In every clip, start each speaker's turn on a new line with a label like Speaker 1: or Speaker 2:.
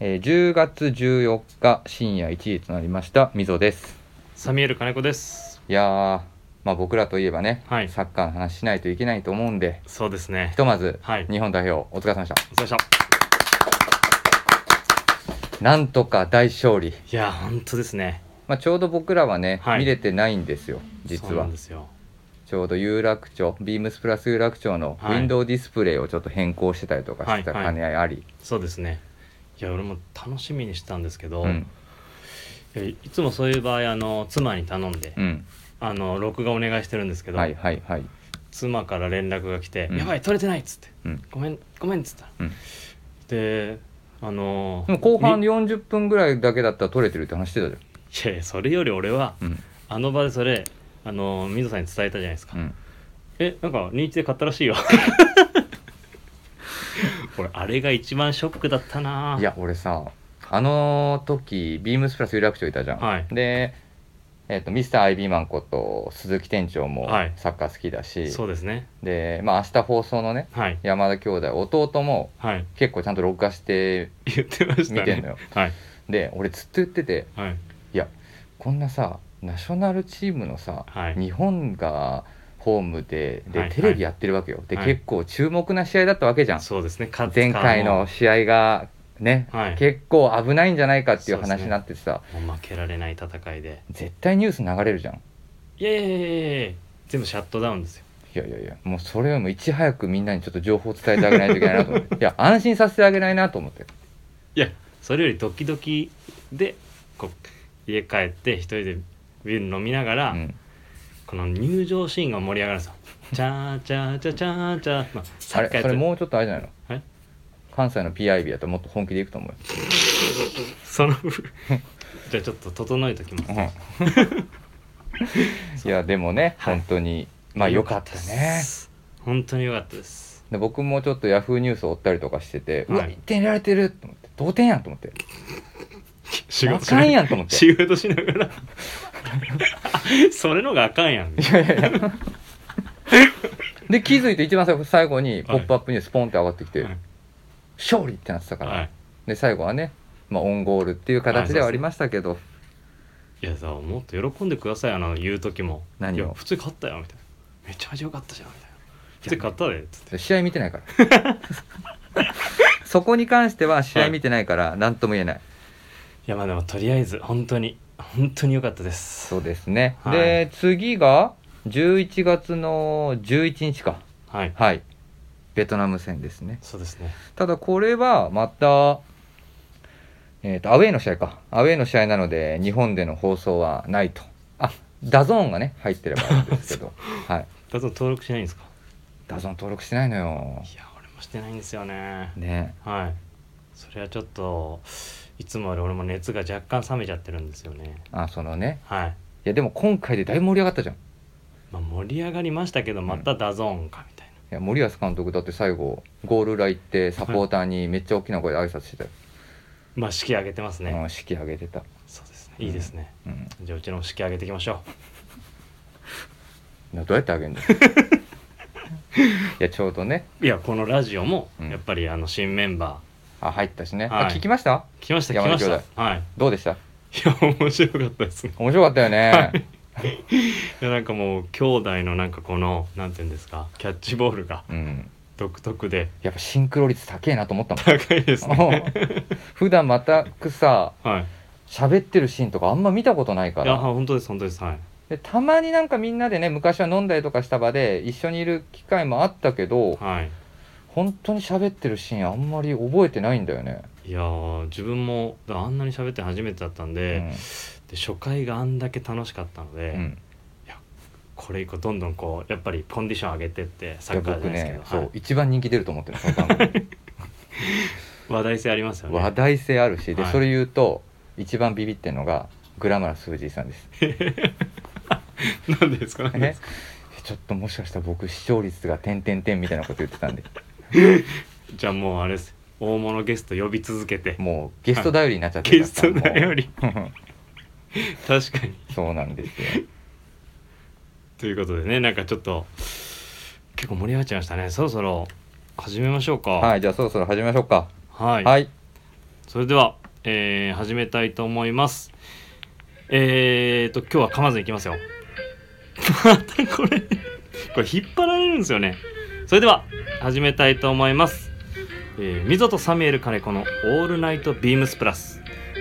Speaker 1: えー10月14日深夜1時となりましたみぞです
Speaker 2: サミュエル金子です
Speaker 1: いやーまあ僕らといえばね、
Speaker 2: はい
Speaker 1: サッカーの話しないといけないと思うんで
Speaker 2: そうですね
Speaker 1: ひとまず、
Speaker 2: はい
Speaker 1: 日本代表お疲れ様でし
Speaker 2: お疲れ様でした
Speaker 1: なんとか大勝利、
Speaker 2: たいや本当ですね
Speaker 1: まあ、ちょうど僕らはね、
Speaker 2: はい
Speaker 1: 見れてないんですよ
Speaker 2: そ
Speaker 1: 実
Speaker 2: うな
Speaker 1: は
Speaker 2: んですよ
Speaker 1: ちょうど有楽町ビームスプラス有楽町のウ
Speaker 2: はい
Speaker 1: ィンドウディスプレイをちょっと変更してたりとかしてた
Speaker 2: はい
Speaker 1: 兼ね合いあり、
Speaker 2: そうですねいや俺も楽しみにしてたんですけど、
Speaker 1: うん
Speaker 2: いやいつもそういう場合あの妻に頼んで、
Speaker 1: うん
Speaker 2: あの録画お願いしてるんですけど、
Speaker 1: はいはいはい
Speaker 2: 妻から連絡が来て「
Speaker 1: うん
Speaker 2: やばい撮れてない」っつって
Speaker 1: うん
Speaker 2: 「ごめんごめん」っつったら、
Speaker 1: うん
Speaker 2: であの
Speaker 1: でも後半
Speaker 2: み
Speaker 1: 40分ぐらいだけだったら取れてるって話してたじ
Speaker 2: いやいやそれより俺は
Speaker 1: ゃんうん
Speaker 2: あの場でそれあの水野さんに伝えたじゃないですか、
Speaker 1: うん
Speaker 2: えなんか認知で買ったらしいよ俺あれが一番ショックだったない
Speaker 1: や俺さあの時ビームスプラス有楽町いたじゃん、
Speaker 2: はい
Speaker 1: で、えっとミスターアイビーマンこと鈴木店長も
Speaker 2: はい
Speaker 1: サッカー好きだし、
Speaker 2: そうですね
Speaker 1: で、まあ、明日放送のね
Speaker 2: はい
Speaker 1: 山田兄弟弟も
Speaker 2: はい
Speaker 1: 結構ちゃんと録画して
Speaker 2: 言ってましたね
Speaker 1: 見てんのよ
Speaker 2: はい
Speaker 1: で俺ずっと言ってて
Speaker 2: はい
Speaker 1: いやこんなさナショナルチームのさ、
Speaker 2: はい
Speaker 1: 日本がホームでで、
Speaker 2: はい
Speaker 1: テレビやってるわけよで、
Speaker 2: はい
Speaker 1: 結構注目な試合だったわけじゃん、
Speaker 2: そうですね勝つか
Speaker 1: 前回の
Speaker 2: も
Speaker 1: 試合がね、
Speaker 2: はい
Speaker 1: 結構危ないんじゃないかっていう
Speaker 2: そうです
Speaker 1: 話
Speaker 2: ね
Speaker 1: になっててさ、
Speaker 2: うもう負けられない戦いで
Speaker 1: 絶対ニュース流れるじゃん
Speaker 2: いやいやいやいやいや全部シャットダウンですよ
Speaker 1: いやいやいやもうそれよりもいち早くみんなにちょっと情報を伝えてあげないといけないなと思って いや安心させてあげないなと思って
Speaker 2: いやそれよりドキドキでこう家帰って一人でビール飲みながら、
Speaker 1: うん
Speaker 2: この入場シーンが盛り上がるんですよチャーチャーチャーチャーチャー、まあ、サ
Speaker 1: あ
Speaker 2: ッカー
Speaker 1: れ
Speaker 2: や
Speaker 1: それ
Speaker 2: って
Speaker 1: もうちょっとあれじゃないの
Speaker 2: はい
Speaker 1: 関西の PIB だともっと本気でいくと思うよ、
Speaker 2: そのじゃあちょっと整えときま す、
Speaker 1: いやでもね、
Speaker 2: はい
Speaker 1: 本当にまあよかったね
Speaker 2: 本当に良かったです
Speaker 1: で僕もちょっとヤフーニュースを追ったりとかしてて、うわ
Speaker 2: はい
Speaker 1: 1点入れられてると思って同点やんと思って
Speaker 2: 仕
Speaker 1: あかんやんと思って
Speaker 2: 仕事しなが らそれのがあかんやん
Speaker 1: いやいやいやで気づいて一番最後最後に「ポップアップニュースポンって上がってきて「
Speaker 2: はい
Speaker 1: 勝利!」ってなってたから、
Speaker 2: はい
Speaker 1: で最後はね、まあ、オンゴールっていう形ではありましたけど、
Speaker 2: いやさもっと喜んでくださいあの言う時も
Speaker 1: 何を
Speaker 2: いや普通に勝ったよみたいなめちゃめちゃ良かったじゃんみたいな普通に勝ったでっつって
Speaker 1: 試合見てないから そこに関しては試合見てないから何とも言えない、
Speaker 2: いやまあでもとりあえず本当に本当に良かったです
Speaker 1: そうですね、
Speaker 2: はい
Speaker 1: で次が11月の11日か
Speaker 2: はい
Speaker 1: はいベトナム戦ですね
Speaker 2: そうですね
Speaker 1: ただこれはまた、えー、とアウェイの試合かアウェイの試合なので日本での放送はないとあダゾーンがね入ってればいいんですけ ど、はい、
Speaker 2: だと登録しないんですか
Speaker 1: ダゾーン登録してないのよ
Speaker 2: いや俺もしてないんですよね
Speaker 1: ね
Speaker 2: はいそれはちょっといつもより俺も熱が若干冷めちゃってるんですよね
Speaker 1: あそのね
Speaker 2: はい
Speaker 1: いやでも今回でだいぶ盛り上がったじゃんい
Speaker 2: まあ、盛り上がりましたけどまたダゾーンかみたいな、
Speaker 1: や森保監督だって最後ゴール裏行ってサポーターにめっちゃ大きな声で挨拶してたよ、
Speaker 2: まあ式上げてますね、
Speaker 1: うん、式上げてた、
Speaker 2: そうですねいいですね、
Speaker 1: うん、
Speaker 2: じゃあうちのも式上げていきましょ
Speaker 1: いやどうやってあげるんだ いやちょうどね
Speaker 2: ういやこのラジオも
Speaker 1: うん
Speaker 2: やっぱりあの新メンバ
Speaker 1: あ入ったしね、
Speaker 2: は
Speaker 1: あ
Speaker 2: い
Speaker 1: 聞きました
Speaker 2: ー来ました
Speaker 1: 山
Speaker 2: 来
Speaker 1: 田
Speaker 2: まし
Speaker 1: 兄
Speaker 2: たはい
Speaker 1: どうでした
Speaker 2: いや面白かったですね
Speaker 1: 面白かったよね、
Speaker 2: いやなんかもう兄弟のなんかこのなんて言うんですかキャッチボールが
Speaker 1: うん
Speaker 2: 独特で
Speaker 1: やっぱシンクロ率高えなと思ったもん
Speaker 2: 高いですね
Speaker 1: 普段またくさ
Speaker 2: はい
Speaker 1: 喋ってるシーンとかあんま見たことないか
Speaker 2: いや
Speaker 1: ら
Speaker 2: 本当です本当ですはい
Speaker 1: でたまになんかみんなでね昔は飲んだりとかした場で一緒にいる機会もあったけど
Speaker 2: はい
Speaker 1: 本当に喋ってるシーンあんまり覚えてないんだよね、
Speaker 2: いやー自分もだあんなに喋って初めてだったんで,、で初回があんだけ楽しかったので、
Speaker 1: うんうん
Speaker 2: これ以降どんどんこうやっぱりコンディション上げてってサ
Speaker 1: いや
Speaker 2: ッカーじ
Speaker 1: 僕
Speaker 2: ゃないですけ
Speaker 1: ね
Speaker 2: ど、
Speaker 1: そう、
Speaker 2: はい
Speaker 1: 一番人気出ると思ってるその番 組
Speaker 2: 話題性ありますよね
Speaker 1: 話題性あるしで、
Speaker 2: はい
Speaker 1: それ言うと一番ビビってるのがグラマラス藤井さんです
Speaker 2: なんでですかなんで
Speaker 1: ね
Speaker 2: すか
Speaker 1: ちょっともしかしたら僕視聴率が点々点みたいなこと言ってたんで
Speaker 2: じゃあもうあれです大物ゲスト呼び続けて
Speaker 1: もうゲスト頼りになっちゃって
Speaker 2: ゲ
Speaker 1: る
Speaker 2: ストだよ
Speaker 1: り
Speaker 2: り確かに
Speaker 1: そうなんですよ
Speaker 2: ということでねなんかちょっと結構盛り上がっちゃいましたねそろそろ始めましょうか
Speaker 1: はいじゃあそろそろ始めましょうか
Speaker 2: はい
Speaker 1: はい
Speaker 2: それでは、えー始めたいと思いますえーと今日は噛まずいきますよまたこれこれ引っ張られるんですよねそれでは始めたいと思います、えー、溝とサミュエル金子の「オールナイトビームスプラス」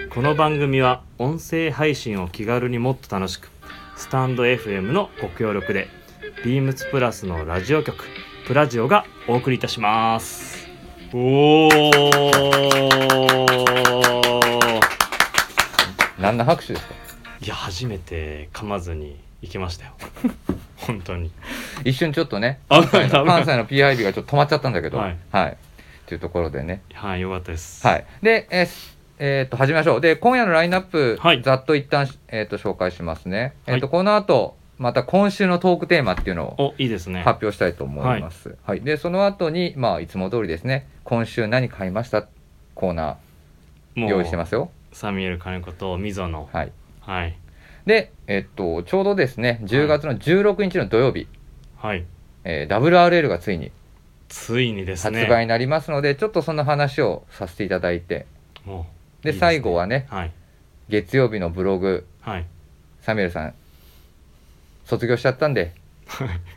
Speaker 2: この番組は音声配信を気軽にもっと楽しくスタンド FM のご協力でビームスプラスのラジオ局プラジオがお送りいたしますおお
Speaker 1: 何の拍手ですか
Speaker 2: いや初めて噛まずに行きま したよ本当に
Speaker 1: 一瞬ちょっとね
Speaker 2: あ
Speaker 1: 関西
Speaker 2: 危
Speaker 1: の
Speaker 2: ない
Speaker 1: 関西の PIB がちょっと止まっちゃったんだけど
Speaker 2: はい
Speaker 1: はい、っていうところでね
Speaker 2: はいよかったです
Speaker 1: はい。で、えーすえーっと、始めましょう。で、今夜のラインナップ、
Speaker 2: はい
Speaker 1: ざっと一旦、えーっと、紹介しますね。
Speaker 2: はい
Speaker 1: えーっと、この後、また今週のトークテーマっていうのを
Speaker 2: おいいですね
Speaker 1: 発表したいと思います。はい、で、その後に、まあ、いつも通りですね、今週何買いましたコーナー
Speaker 2: もう
Speaker 1: 用意してますよ。
Speaker 2: サミュエル金子と溝の
Speaker 1: はい。
Speaker 2: はい
Speaker 1: で、えーっと、ちょうどですね、10月の16日の土曜日、
Speaker 2: はい
Speaker 1: えー WRL がついに
Speaker 2: ついにです
Speaker 1: 発
Speaker 2: ね
Speaker 1: 売になりますので、ちょっとその話をさせていただいて、
Speaker 2: もう
Speaker 1: で、
Speaker 2: いいすね
Speaker 1: 最後はね、
Speaker 2: はい
Speaker 1: 月曜日のブログ、
Speaker 2: はい
Speaker 1: サミュエルさん、卒業しちゃったんで、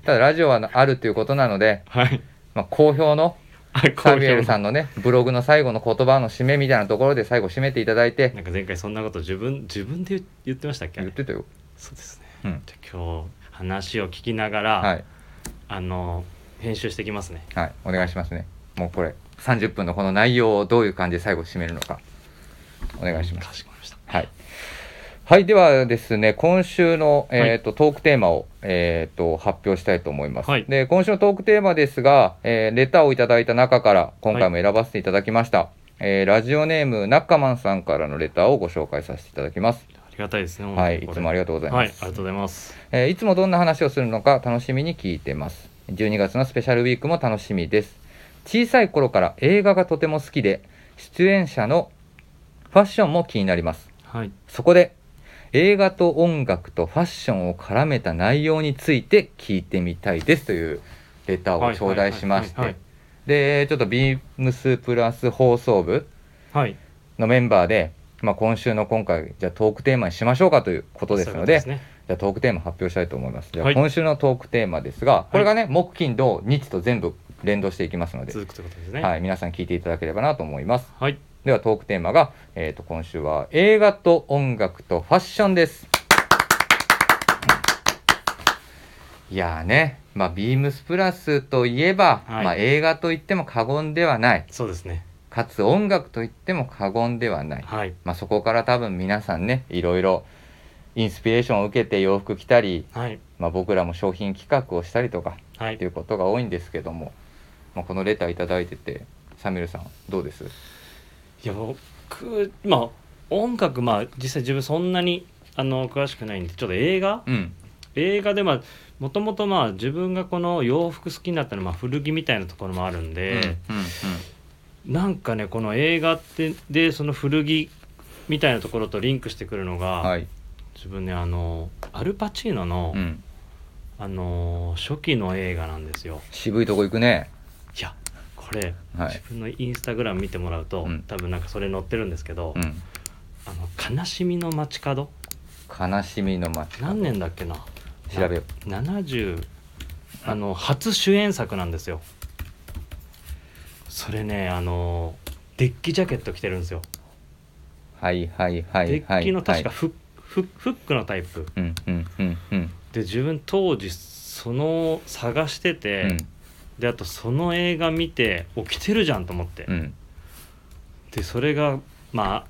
Speaker 1: ただラジオはあるということなので、
Speaker 2: はい
Speaker 1: まあ、好評の
Speaker 2: あ
Speaker 1: サミュエルさ
Speaker 2: ん
Speaker 1: んのね、ブログの最後の言葉の締めみたいなところで最後締めていただいて、
Speaker 2: なんか前回そんなこと自分自分で言言ってましたっけあ
Speaker 1: 言
Speaker 2: れ
Speaker 1: ってたよ。
Speaker 2: そうですね
Speaker 1: うん。
Speaker 2: じゃあ今日話を聞きながら、
Speaker 1: はい。
Speaker 2: あの編集してきますね
Speaker 1: はい。お願いしますね。もうこれ、30分のこの内容をどういう感じで最後締めるのか、お願いします。
Speaker 2: かしこまりました
Speaker 1: はい。はい。ではですね、今週の、
Speaker 2: い
Speaker 1: えー、とトークテーマを、えー、と発表したいと思います、
Speaker 2: はい
Speaker 1: で、今週のトークテーマですが、えーレターをいただいた中から、今回も選ばせていただきました、えーラジオネーム、ナッカマンさんからのレターをご紹介させていただきます。
Speaker 2: ありがたいですね本当に
Speaker 1: はい。い
Speaker 2: これ
Speaker 1: つもありがとうござい
Speaker 2: は
Speaker 1: ま
Speaker 2: いあり
Speaker 1: す。
Speaker 2: がとうございます
Speaker 1: えーいつもどんな話をするのか楽しみに聞いてます。12月のスペシャルウィークも楽しみです。小さい頃から映画がとても好きで、出演者のファッションも気になります。
Speaker 2: はい
Speaker 1: そこで映画と音楽とファッションを絡めた内容について聞いてみたいですというレターを頂戴しまし
Speaker 2: はい
Speaker 1: てでちょっとビームスプラス放送部
Speaker 2: はいはい
Speaker 1: のメンバーで、まあ、今週の今回じゃあトークテーマにしましょうかということですので
Speaker 2: そういうこ
Speaker 1: じゃあトークテーマ発表したいと思いますじゃ
Speaker 2: は
Speaker 1: あ
Speaker 2: い
Speaker 1: 今週のトークテーマですが、これがね木金土日と全部連動していきますので
Speaker 2: とですね、続くということですね
Speaker 1: はい、皆さん聞いていただければなと思います
Speaker 2: はい
Speaker 1: ではトークテーマが、えー、と今週は映画と音楽とファッションです。いやーね、まあ、ビームスプラスといえば、
Speaker 2: はい
Speaker 1: まあ、映画といっても過言ではない
Speaker 2: そうですね
Speaker 1: かつ音楽といっても過言ではない、
Speaker 2: はい
Speaker 1: まあ、そこから多分皆さんねいろいろインスピレーションを受けて洋服着たり、
Speaker 2: はい
Speaker 1: まあ、僕らも商品企画をしたりとか
Speaker 2: は
Speaker 1: って
Speaker 2: い
Speaker 1: いうことが多いんですけども、まあ、このレターいただいててサミュエルさんどうです
Speaker 2: いや僕まあ音楽まあ実際自分そんなにあの詳しくないんでちょっと映画
Speaker 1: うん
Speaker 2: 映画でまあもともとまあ自分がこの洋服好きになったのはまあ古着みたいなところもあるんで、
Speaker 1: うんうんうん
Speaker 2: なんかねこの映画ってでその古着みたいなところとリンクしてくるのが、
Speaker 1: はい。
Speaker 2: 自分ねあのアルパチーノの、
Speaker 1: うん。
Speaker 2: あの初期の映画なんですよ
Speaker 1: 渋いとこ行くね。
Speaker 2: いやこれ、
Speaker 1: はい
Speaker 2: 自分のインスタグラム見てもらうと、
Speaker 1: うん
Speaker 2: 多分なんかそれ載ってるんですけど、
Speaker 1: うん。
Speaker 2: あの悲しみの街角
Speaker 1: 悲しみの街。
Speaker 2: 何年だっけな
Speaker 1: 調べよ
Speaker 2: 70あの初主演作なんですよそれねあのデッキジャケット着てるんですよ、
Speaker 1: はいはいはいはい。
Speaker 2: デッキの確か
Speaker 1: はい
Speaker 2: フ,、フフックのタイプ
Speaker 1: うんうんうんうん。
Speaker 2: で自分当時その探してて、
Speaker 1: うん
Speaker 2: であとその映画見てお着てるじゃんと思って、
Speaker 1: うん
Speaker 2: でそれがまあ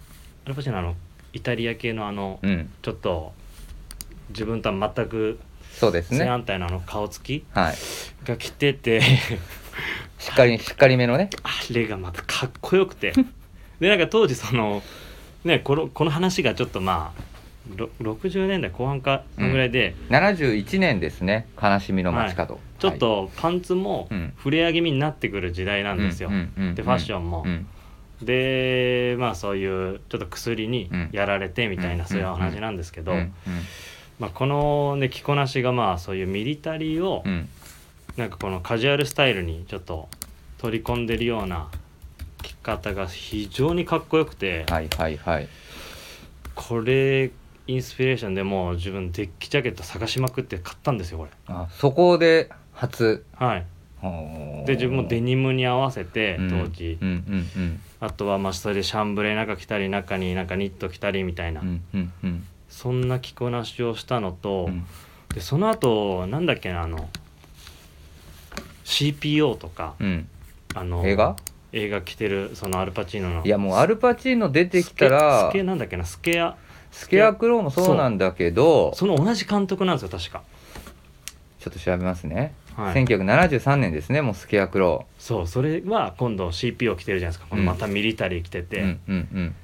Speaker 2: アルパチーノあのイタリア系のあの、
Speaker 1: うん。
Speaker 2: ちょっと自分とは全く
Speaker 1: そうです
Speaker 2: 正
Speaker 1: ね。
Speaker 2: 反対のあの顔つき
Speaker 1: はい。
Speaker 2: が着てて
Speaker 1: しっかりしっかりめのね。
Speaker 2: あれがまたかっこよくてでなんか当時そのねこのこの話がちょっとまあろ60年代後半かそのぐらいで、
Speaker 1: 71年ですね。悲しみの街角。
Speaker 2: ちょっとパンツも
Speaker 1: うん
Speaker 2: フレア気味になってくる時代な
Speaker 1: なん
Speaker 2: ですよ、でファッションも
Speaker 1: うん
Speaker 2: でまあそういうちょっと薬にやられてみたいな、
Speaker 1: うん
Speaker 2: そういうお話なんですけど、
Speaker 1: うんうん
Speaker 2: まあ、この、ね、着こなしがまあそういうミリタリーを
Speaker 1: うん
Speaker 2: なんかこのカジュアルスタイルにちょっと取り込んでるようなき方が非常にかっこよくて、
Speaker 1: はいはいはい
Speaker 2: これインスピレーションでもう自分デッキジャケット探しまくって買ったんですよこれ
Speaker 1: あそこで初
Speaker 2: はいで自分もデ
Speaker 1: ニ
Speaker 2: ニムに合わせて
Speaker 1: うん
Speaker 2: 当時、
Speaker 1: うんうん
Speaker 2: あとはまあ下でシャンブレーなんか着たり中になんかニット着たりみたいな、
Speaker 1: うんうんうんうん
Speaker 2: そんな着こなしをしたのと、
Speaker 1: うん
Speaker 2: でその後なんだっけなあの CPO とか
Speaker 1: うん
Speaker 2: あの
Speaker 1: 映画
Speaker 2: 映画着てるそのアルパチーノの
Speaker 1: いやもうアルパチーノ出てきた
Speaker 2: スケ
Speaker 1: ら
Speaker 2: スケなんだっけなスケア
Speaker 1: スケアクローもそうなんだけどちょ
Speaker 2: その同じ監督なんですよ確か、
Speaker 1: っと調べますね
Speaker 2: はい、
Speaker 1: 1973年ですねもうスケアクロ
Speaker 2: そうそれは今度 CPO 着てるじゃないですかこの
Speaker 1: うん
Speaker 2: またミリタリー着て
Speaker 1: ー
Speaker 2: て、
Speaker 1: うんうん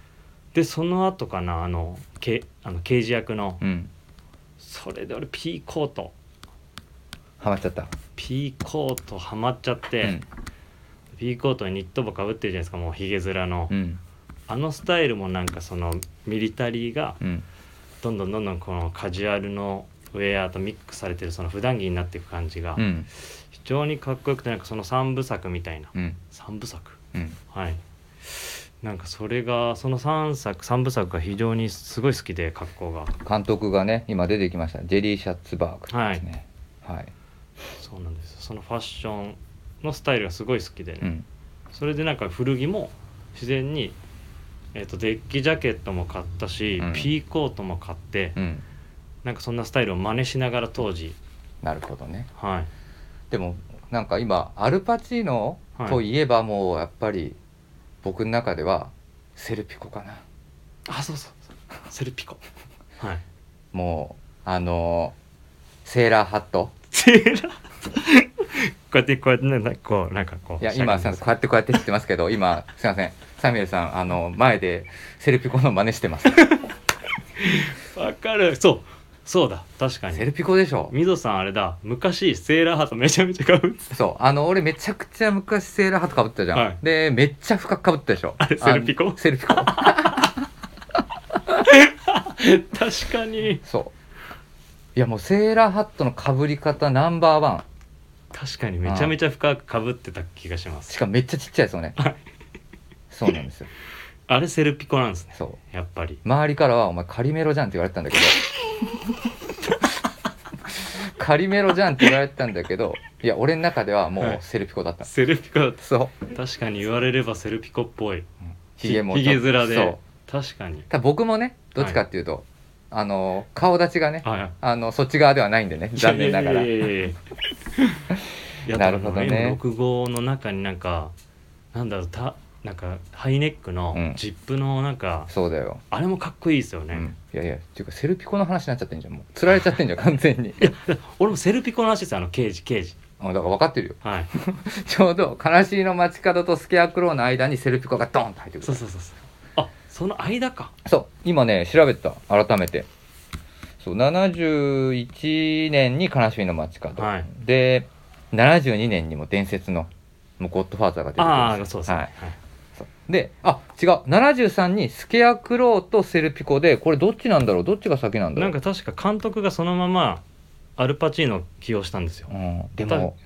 Speaker 2: でその後かなあのけあの刑事役の、
Speaker 1: うんうん
Speaker 2: それで俺ピーコート
Speaker 1: ハマっちゃった
Speaker 2: ピーコートハマっちゃって、
Speaker 1: うん
Speaker 2: ピーコートにニット帽かぶってるじゃないですかもうヒゲ面の、
Speaker 1: うん
Speaker 2: あのスタイルもなんかそのミリタリーが
Speaker 1: うん
Speaker 2: どんどんどんどんこのカジュアルのウェアとミックスされてるその普段着になっていく感じが
Speaker 1: うん
Speaker 2: 非常にかっこよくてなんかその三部作みたいな
Speaker 1: うん
Speaker 2: 三部作
Speaker 1: うん
Speaker 2: はいなんかそれがその3作三部作が非常にすごい好きで格好が
Speaker 1: 監督がね今出てきましたジェリー・シャッツバーグですねはい
Speaker 2: そうなんですそのファッションのスタイルがすごい好きでね、
Speaker 1: うん
Speaker 2: それでなんか古着も自然に、えー、とデッキジャケットも買ったし、
Speaker 1: うん
Speaker 2: ピーコートも買って、
Speaker 1: うん
Speaker 2: なんかそんなスタイルを真似しながら当時
Speaker 1: なるほどね
Speaker 2: はい
Speaker 1: でもなんか今アルパチーノといえばもうやっぱり僕の中ではセルピコかな
Speaker 2: あそうそうそうセルピコ はい
Speaker 1: もうあのセーラーハット
Speaker 2: セーラーこうやってこうやってねなこうなんかこう
Speaker 1: いや
Speaker 2: しゃ
Speaker 1: 今
Speaker 2: がん
Speaker 1: す
Speaker 2: で
Speaker 1: いませんこうやってこうやって知ってますけど今すいませんサミュエルさんあの前でセルピコの真似して ます
Speaker 2: わかるそうそうだ確か
Speaker 1: セ
Speaker 2: に
Speaker 1: ルピコでしょ
Speaker 2: みぞさんあれだ昔セーラーハート めちゃめちゃかぶってた
Speaker 1: そうあの俺めちゃくちゃ昔セーラーハットかぶってたじゃん、
Speaker 2: はい
Speaker 1: でめっちゃ深くかぶってたでしょ
Speaker 2: あれセルピコ
Speaker 1: あのセ ルピコ
Speaker 2: 確かに
Speaker 1: そういやもうセーラーハットのかぶり方ナンバーワン
Speaker 2: 確かにめちゃめちゃ深くかぶってた気がしま
Speaker 1: し
Speaker 2: す
Speaker 1: かもめっちゃちっちゃいですよね
Speaker 2: はい
Speaker 1: そうなんですよ
Speaker 2: あれセルピコなんですね
Speaker 1: そう
Speaker 2: やっぱり
Speaker 1: 周りからは「お前カリメロじゃん」って言われてたんだけ どカリメロじゃんって言われてたんだけどいや俺の中ではもうセルピコだった、
Speaker 2: セルピコだった
Speaker 1: そう
Speaker 2: 確かに言われればセルピコっぽい
Speaker 1: ひげもちょっと
Speaker 2: ひげ面
Speaker 1: そ
Speaker 2: で
Speaker 1: う
Speaker 2: 確かに
Speaker 1: ただ僕もねどっちかっていうと、あの顔立ちがね
Speaker 2: はいはい
Speaker 1: あのそっち側ではないんでね残念ながら
Speaker 2: いやいやいや いや
Speaker 1: なるほどね
Speaker 2: 6号の中になんかなんだろうたなんかハイネック
Speaker 1: う
Speaker 2: の
Speaker 1: ん
Speaker 2: ジップのなんか、
Speaker 1: そうだよ、
Speaker 2: あれもかっこいいですよ
Speaker 1: う
Speaker 2: ね、
Speaker 1: ん、いやいやっていうかセルピコの話になっちゃってんじゃんもうつられちゃってんじゃん完全 に
Speaker 2: 俺もセルピコの話ですよあの刑事刑事
Speaker 1: あだから分かってるよ
Speaker 2: はい
Speaker 1: ちょうど「悲しいの街角」と「スケアクロー」の間にセルピコがドーンと入ってくる
Speaker 2: そうそうそうそうあその間か
Speaker 1: そう今ね調べた改めてそう71年に「悲しみの街角」
Speaker 2: はい
Speaker 1: で72年にも伝説の「もうゴッドファーザー」が出てきま
Speaker 2: あ
Speaker 1: す
Speaker 2: あそうですね、
Speaker 1: はい
Speaker 2: い、
Speaker 1: そうであ違う73にスケアクローとセルピコでこれどっちなんだろうどっちが先なんだろ
Speaker 2: な
Speaker 1: うん
Speaker 2: か確か監督がそのままアルパチーノを起用したんですよ
Speaker 1: うん、で
Speaker 2: だ
Speaker 1: も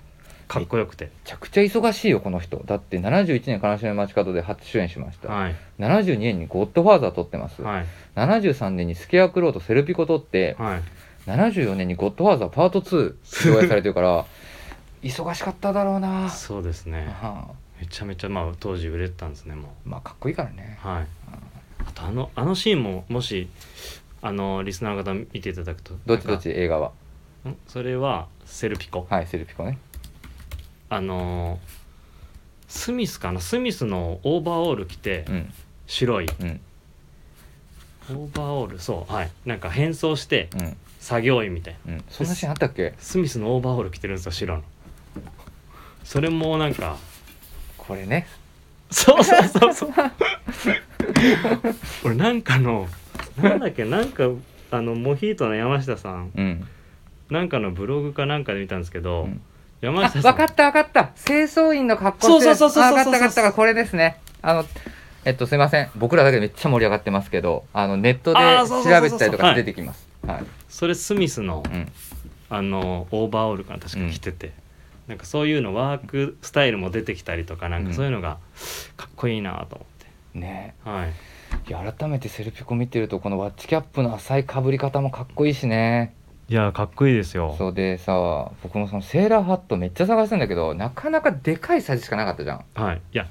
Speaker 2: かっこよくて
Speaker 1: めちゃくちゃ忙しいよこの人だって71年「悲しみの街角」で初主演しました、
Speaker 2: はい
Speaker 1: 72年に「ゴッドファーザー」撮ってます、
Speaker 2: はい
Speaker 1: 73年に「スケアクロー」とセルピコ撮って、
Speaker 2: はい
Speaker 1: 74年に「ゴッドファーザーパート2」上映されてるから 忙しかっただろうな
Speaker 2: そうですね
Speaker 1: はあ
Speaker 2: めちゃめちゃまあ当時売れてたんですねもう
Speaker 1: まあかっこいいからね
Speaker 2: はい、あとあのあのシーンももしあのリスナーの方見ていただくと
Speaker 1: どっちどっち
Speaker 2: なん
Speaker 1: 映画は
Speaker 2: かんそれはセルピコ
Speaker 1: はいセルピコね
Speaker 2: あのースミスかなスミスのオーバーオール着て
Speaker 1: うん
Speaker 2: 白い
Speaker 1: うん
Speaker 2: オーバーオールそうはいなんか変装して
Speaker 1: うん
Speaker 2: 作業員みたいな
Speaker 1: うんそんなシーンあったっけ
Speaker 2: スミスのオーバーオール着てるんですよ白のそれもなんか
Speaker 1: これね
Speaker 2: そうそうそ うそう俺なんかのなんだっけなんかあのモヒートの山下さん
Speaker 1: うん
Speaker 2: なんかのブログかなんかで見たんですけど、
Speaker 1: うん
Speaker 2: 山
Speaker 1: あ
Speaker 2: 下さん
Speaker 1: 分かった分かった清掃員の格好して
Speaker 2: そうそうそうそうそう
Speaker 1: あ分かった分かったこれですねあのえっとすいません僕らだけめっちゃ盛り上がってますけどあのネットで
Speaker 2: あーそうそうそうそう
Speaker 1: 調べてたりと
Speaker 2: は
Speaker 1: か
Speaker 2: い
Speaker 1: 出てきますはい
Speaker 2: それスミスの
Speaker 1: うん
Speaker 2: あのオーバーオールかな確か着てて、なんかそういうのワークスタイルも出てきたりとかなん
Speaker 1: う
Speaker 2: か
Speaker 1: ん
Speaker 2: そういうのがかっこいいなと思って、
Speaker 1: ね
Speaker 2: はい、
Speaker 1: いや改めてセルピコ見てるとこのワッチキャップの浅いかぶり方もかっこいいしね
Speaker 2: いやかっこいいですよ
Speaker 1: そうでさ僕もそのセーラーハットめっちゃ探したんだけどなかなかでかいサイズしかなかったじゃんい
Speaker 2: はいいや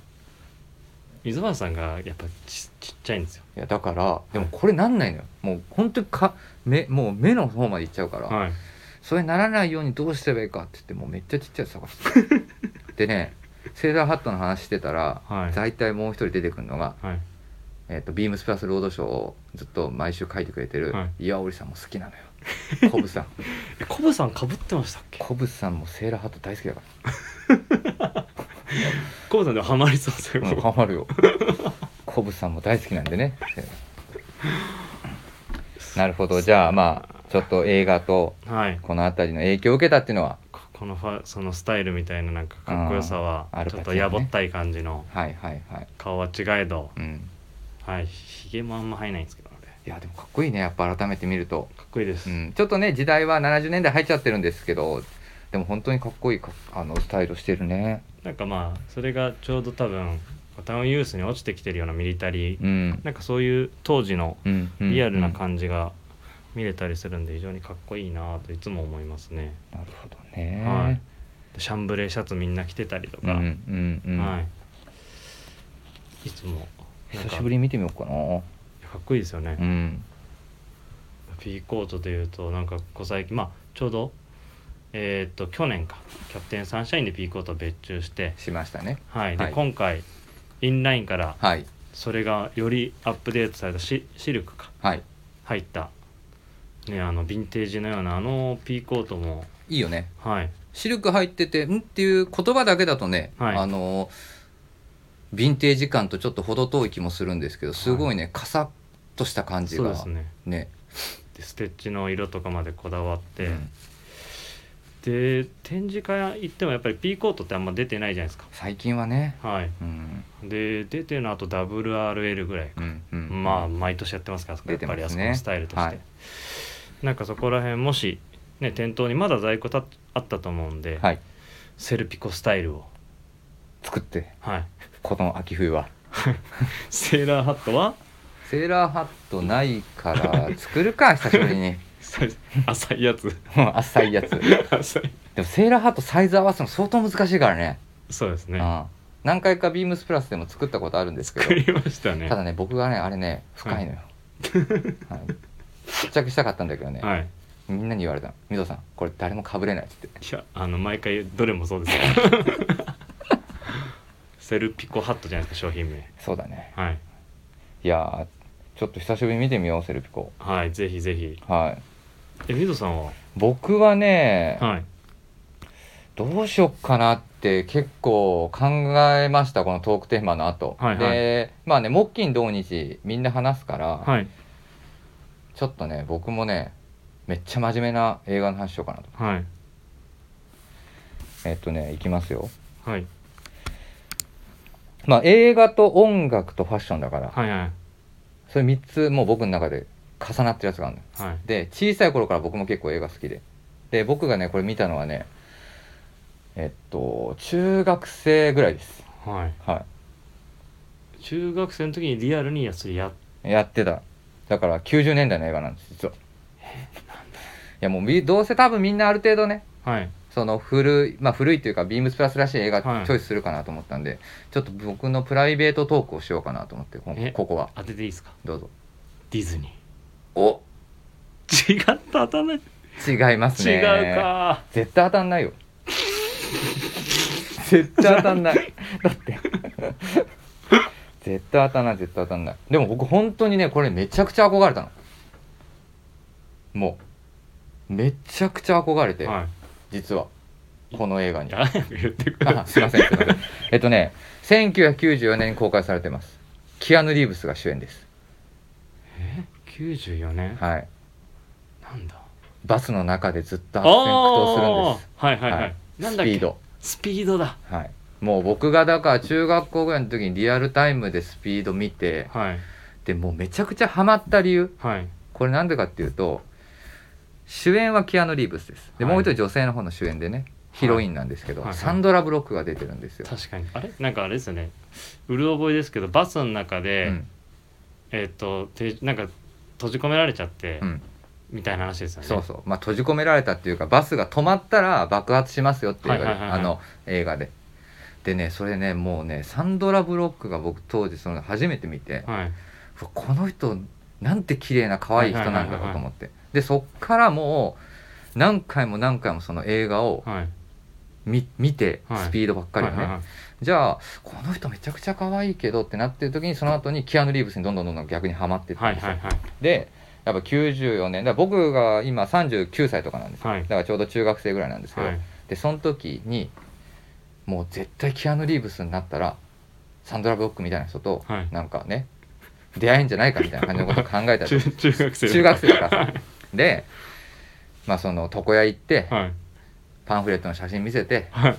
Speaker 2: 水原さんがやっぱちちっちゃいんですよ
Speaker 1: やだからでもこれなんないのよもう本当にか目もう目の方までいっちゃうから、
Speaker 2: はい
Speaker 1: それならないようにどうすればいいかって言ってもうめっちゃちっちゃいやつ探 してたでねセーラーハットの話してたら、
Speaker 2: はい
Speaker 1: 大体もう一人出てくるのが、
Speaker 2: はい
Speaker 1: えー、とビームスプラスロードショーをずっと毎週書いてくれてる、
Speaker 2: は
Speaker 1: 岩織さんも好きなのよ コブさん
Speaker 2: えコブさんかぶってましたっけ
Speaker 1: コブさんもセーラーハット大好きだか
Speaker 2: コブさんでもハマりそうですよ
Speaker 1: ら、うん、ハマる よコブさんも大好きなんでねなるほどじゃあまあちょっと映画と
Speaker 2: はい
Speaker 1: この辺りの影響を受けたっていうのは
Speaker 2: ここのファそのスタイルみたいななんかかっこよさは
Speaker 1: うんアル
Speaker 2: ち
Speaker 1: パ
Speaker 2: ょ
Speaker 1: チーノ
Speaker 2: っ
Speaker 1: ね
Speaker 2: とやぼったい感じの
Speaker 1: はいはいはい
Speaker 2: 顔は違えど
Speaker 1: うん
Speaker 2: はいひげもあんま生えないんですけどね
Speaker 1: いやでもかっこいいねやっぱ改めて見ると
Speaker 2: かっこいいです、
Speaker 1: うん、ちょっとね時代は70年代入っちゃってるんですけどでも本当にかっこいいかあのスタイルしてるね
Speaker 2: なんかまあそれがちょうど多分タウンユースに落ちてきてるようなミリタリー
Speaker 1: うん、
Speaker 2: なんかそういう当時の
Speaker 1: うんうん、
Speaker 2: リアルな
Speaker 1: じ、
Speaker 2: 感じが見れたりするんで非常にかっこいいなといつも思いますね、
Speaker 1: なるほどね、
Speaker 2: はいシャンブレーシャツみんな着てたりと
Speaker 1: うん
Speaker 2: か、
Speaker 1: うんうん
Speaker 2: はいいつもなんか
Speaker 1: 久しぶりに見てみようかな
Speaker 2: かっこいいですよね、
Speaker 1: うん
Speaker 2: ピーコートでいうとなんかここ最近まあちょうどえーっと去年かキャプテンサンシャインでピーコートを別注して
Speaker 1: しましたね
Speaker 2: はいで、
Speaker 1: はい
Speaker 2: 今回インラインから
Speaker 1: はい
Speaker 2: それがよりアップデートされたシシルクか
Speaker 1: はい
Speaker 2: 入ったねあのヴィンテージのようなあのピーコートも
Speaker 1: いいよね
Speaker 2: はい
Speaker 1: シルク入ってて「ん?」っていう言葉だけだとね、
Speaker 2: はい
Speaker 1: あのヴィンテージ感とちょっと程遠い気もするんですけどすごいね、カサッとした感じ
Speaker 2: そうで
Speaker 1: が
Speaker 2: すね
Speaker 1: ね
Speaker 2: でステッチの色とかまでこだわって、
Speaker 1: うん
Speaker 2: で展示会行ってもやっぱりピーコートってあんま出てないじゃないですか
Speaker 1: 最近はね
Speaker 2: はい
Speaker 1: うん
Speaker 2: で出てるのあと WRL ぐらいか
Speaker 1: うんうん
Speaker 2: まあ毎年やってますからそこ
Speaker 1: 出
Speaker 2: やってぱり
Speaker 1: ま
Speaker 2: あ
Speaker 1: す
Speaker 2: そ
Speaker 1: ね
Speaker 2: このスタイルとして、
Speaker 1: はい
Speaker 2: なんかそこら辺もし、ね、店頭にまだ在庫たあったと思うんで、
Speaker 1: はい
Speaker 2: セルピコスタイルを、
Speaker 1: 作って
Speaker 2: はい、
Speaker 1: この秋冬は
Speaker 2: セーラーハットは
Speaker 1: セーラーハットないから作る か久しぶりに
Speaker 2: さ浅いや
Speaker 1: う
Speaker 2: つ
Speaker 1: ん浅いやつで
Speaker 2: 浅い
Speaker 1: もセーラーハットサイズ合わせるの相当難しいからね
Speaker 2: そうです
Speaker 1: う
Speaker 2: ね
Speaker 1: ん何回かビームスプラスでも作ったことあるんですけ
Speaker 2: 作
Speaker 1: ど
Speaker 2: りましたね
Speaker 1: ただね僕がねあれね深いのよ、はい、ちっちゃくしたかったんだけどね、
Speaker 2: はい
Speaker 1: みんなに言われたの「ミドさんこれ誰もかぶれない」っつって
Speaker 2: いやあの毎回どれもそ うですよセルピコハットじゃないですか商品名
Speaker 1: そうだね
Speaker 2: はい、
Speaker 1: いやーちょっと久しぶりに見てみようセルピコ
Speaker 2: はい、ぜひぜひ
Speaker 1: はい
Speaker 2: えミドさんは
Speaker 1: 僕はね、
Speaker 2: はい
Speaker 1: どうしよっかなって結構考えましたこのトークテーマの後、
Speaker 2: はいはい
Speaker 1: でまあね木金土日みんな話すから、
Speaker 2: はい
Speaker 1: ちょっとね僕もねめっちゃ真面目な映画の話しようかなと
Speaker 2: はい
Speaker 1: えっとねいきますよ
Speaker 2: はい
Speaker 1: まあ映画と音楽とファッションだから、
Speaker 2: はいはい
Speaker 1: それ3つもう僕の中で重なってるやつがあるのよ
Speaker 2: はい
Speaker 1: で小さい頃から僕も結構映画好きでで僕がねこれ見たのはねえっと中学生ぐらいです
Speaker 2: はい
Speaker 1: はい
Speaker 2: 中学生の時にリアルにやつやっ
Speaker 1: やってただから90年代の映画なんです実はえいやもうみどうせ多分みんなある程度ね
Speaker 2: はい
Speaker 1: その古いまあ古いというかビームスプラスらしい映画チ
Speaker 2: はい
Speaker 1: ョイスするかなと思ったんで、ちょっと僕のプライベートトークをしようかなと思ってこ
Speaker 2: え
Speaker 1: ここは
Speaker 2: 当てていいですか
Speaker 1: どうぞ
Speaker 2: ディズニ
Speaker 1: お
Speaker 2: ー違った当たんない
Speaker 1: 違いますね
Speaker 2: 違うか
Speaker 1: 絶対当たんないよ絶対当たんないだって絶対当たんない絶対当たんないでも僕本当にねこれめちゃくちゃ憧れたのもうめちゃくちゃ憧れて、
Speaker 2: は
Speaker 1: 実はこの映画
Speaker 2: い
Speaker 1: に
Speaker 2: いや早く言ってくれ
Speaker 1: あすいませんすいませんえっとね1994年に公開されてますキアヌ・リーブスが主演です
Speaker 2: え94年
Speaker 1: はい
Speaker 2: なんだ
Speaker 1: バスの中でずっと悪戦苦闘
Speaker 2: あ
Speaker 1: す
Speaker 2: あはいはい
Speaker 1: るんです
Speaker 2: は
Speaker 1: はいい
Speaker 2: なん
Speaker 1: ス
Speaker 2: だっ
Speaker 1: ピ
Speaker 2: け
Speaker 1: ード
Speaker 2: スピードだ
Speaker 1: はい、もう僕がだから中学校ぐらいの時にリアルタイムでスピード見て
Speaker 2: はい
Speaker 1: でもうめちゃくちゃハマった理由
Speaker 2: はい
Speaker 1: これなんでかっていうと主演はキアヌ・リーブスですで
Speaker 2: はい
Speaker 1: もう一人女性の方の主演でね、ヒロインなんですけど、
Speaker 2: はいはいはい
Speaker 1: サンドラ・ブロックが出てるんですよ。
Speaker 2: 確かにあれなんかあれですよねうる覚えですけどバスの中で、
Speaker 1: うん
Speaker 2: えっ、とてなんか閉じ込められちゃって、
Speaker 1: うん、
Speaker 2: みたいな話ですよね
Speaker 1: そうそう、まあ、閉じ込められたっていうかバスが止まったら爆発しますよっていう映画で
Speaker 2: はいはいはいはい
Speaker 1: あの映画ででねそれねもうねサンドラ・ブロックが僕当時その初めて見て、
Speaker 2: はい、
Speaker 1: うわこの人なんて綺麗な可愛い人なんだろうと思ってでそっからもう何回も何回もその映画を
Speaker 2: はい、
Speaker 1: 見見て
Speaker 2: はい
Speaker 1: スピードばっかりをね、
Speaker 2: はいはいはい
Speaker 1: じゃあこの人めちゃくちゃ可愛いけどってなってる時にその後にキアヌ・リーブスにどんどんどんどん逆にはまってった
Speaker 2: は
Speaker 1: ん
Speaker 2: い
Speaker 1: ですよ、
Speaker 2: はい
Speaker 1: でやっぱ94年だから僕が今39歳とかなんですよ
Speaker 2: はいはい
Speaker 1: だからちょうど中学生ぐらいなんですけど、
Speaker 2: はい
Speaker 1: でその時にもう絶対キアヌ・リーブスになったらサンドラ・ブロックみたいな人と
Speaker 2: はい
Speaker 1: なんかね、出会えんじゃないかみたいな感じのことを考えた
Speaker 2: 中
Speaker 1: り
Speaker 2: 中学生
Speaker 1: 中学生だから さでまあその床屋行って
Speaker 2: はい
Speaker 1: パンフレットの写真見せて
Speaker 2: はい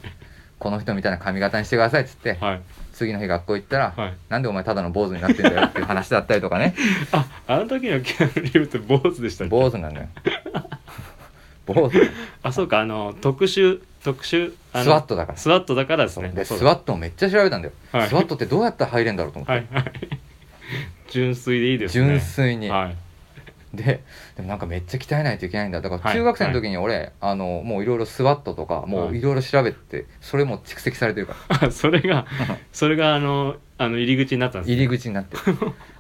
Speaker 1: この人みたいな髪型にしてくださいっつって
Speaker 2: はい
Speaker 1: 次の日学校行ったら、
Speaker 2: はい
Speaker 1: なんでお前ただの坊主になってんだよっていう話だったりとか ね
Speaker 2: ああの時のキアヌ・リーブって坊主でしたっけ
Speaker 1: 坊主なのよ坊主
Speaker 2: あそうかあの特殊特殊あの
Speaker 1: スワットだから
Speaker 2: スワットだからですね
Speaker 1: でス
Speaker 2: そうだ
Speaker 1: ワットをめっちゃ調べたんだよ、
Speaker 2: はい
Speaker 1: スワットってどうやったら入れんだろうと思って、
Speaker 2: はいはい 純粋でいいですね
Speaker 1: 純粋に、
Speaker 2: はい
Speaker 1: ででもなんかめっちゃ鍛えないといけないんだだか
Speaker 2: は
Speaker 1: ら
Speaker 2: い
Speaker 1: 中学生の時に俺、あのもういろいろスワットとかもういろいろ調べてそれも蓄積されてるから
Speaker 2: あ それがそれがあのあの入り口になったんですね
Speaker 1: 入り口になってる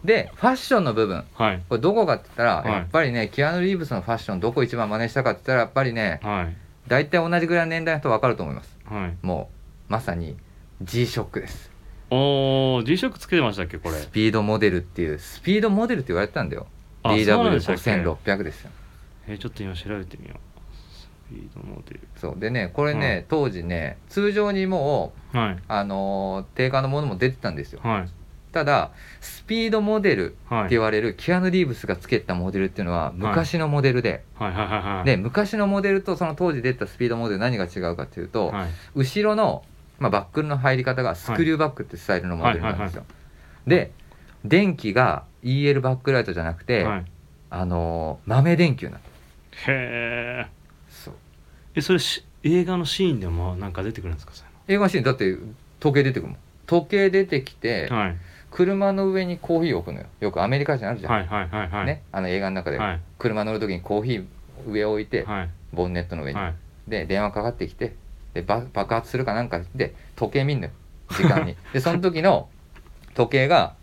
Speaker 1: でファッションの部分
Speaker 2: はい
Speaker 1: これどこかって言ったら、
Speaker 2: はい
Speaker 1: やっぱりねキアヌ・リーブスのファッションどこ一番真似したかって言ったらやっぱりね
Speaker 2: はい
Speaker 1: 大体同じぐらいの年代の人分かると思います
Speaker 2: はい
Speaker 1: もうまさに G ショックです
Speaker 2: おー G ショックつけてましたっけこれ
Speaker 1: スピードモデルっていうスピードモデルって言われてたんだよ
Speaker 2: あそうなんでしたっけ
Speaker 1: DW5600 ですよ
Speaker 2: えーちょっと今調べてみようスピードモデル
Speaker 1: そうでねこれね、当時ね通常にもう
Speaker 2: はい
Speaker 1: あのー定価のものも出てたんですよ
Speaker 2: はい
Speaker 1: ただスピードモデルって
Speaker 2: はいはい
Speaker 1: 言われるキアヌ・リーブスがつけたモデルっていうのは昔のモデルで、
Speaker 2: はいはいはい
Speaker 1: で昔のモデルとその当時出たスピードモデル何が違うかっていうと、
Speaker 2: はい
Speaker 1: 後ろの、まあ、バックルの入り方がスクリューバックってスタイルのモデルなんですよ、で電気が EL バックライトじゃなくて、
Speaker 2: はい
Speaker 1: あのー豆電球なんで
Speaker 2: へー
Speaker 1: すそう
Speaker 2: えそれし映画のシーンでもなんか出てくるんですかそ
Speaker 1: 映画シーンだって時計出てくるもん時計出てきて、
Speaker 2: れはい
Speaker 1: 車の上にコーヒー置くのよよくアメリカ人あるじゃん、
Speaker 2: はいはいはいはい
Speaker 1: ね、あの映画の中で、
Speaker 2: はい
Speaker 1: 車乗る時にコーヒー上置いて、
Speaker 2: はい
Speaker 1: ボンネットの上に、
Speaker 2: はい
Speaker 1: で電話かかってきてでば爆発するかなんかで時計見んのよ時間 にでその時の時計が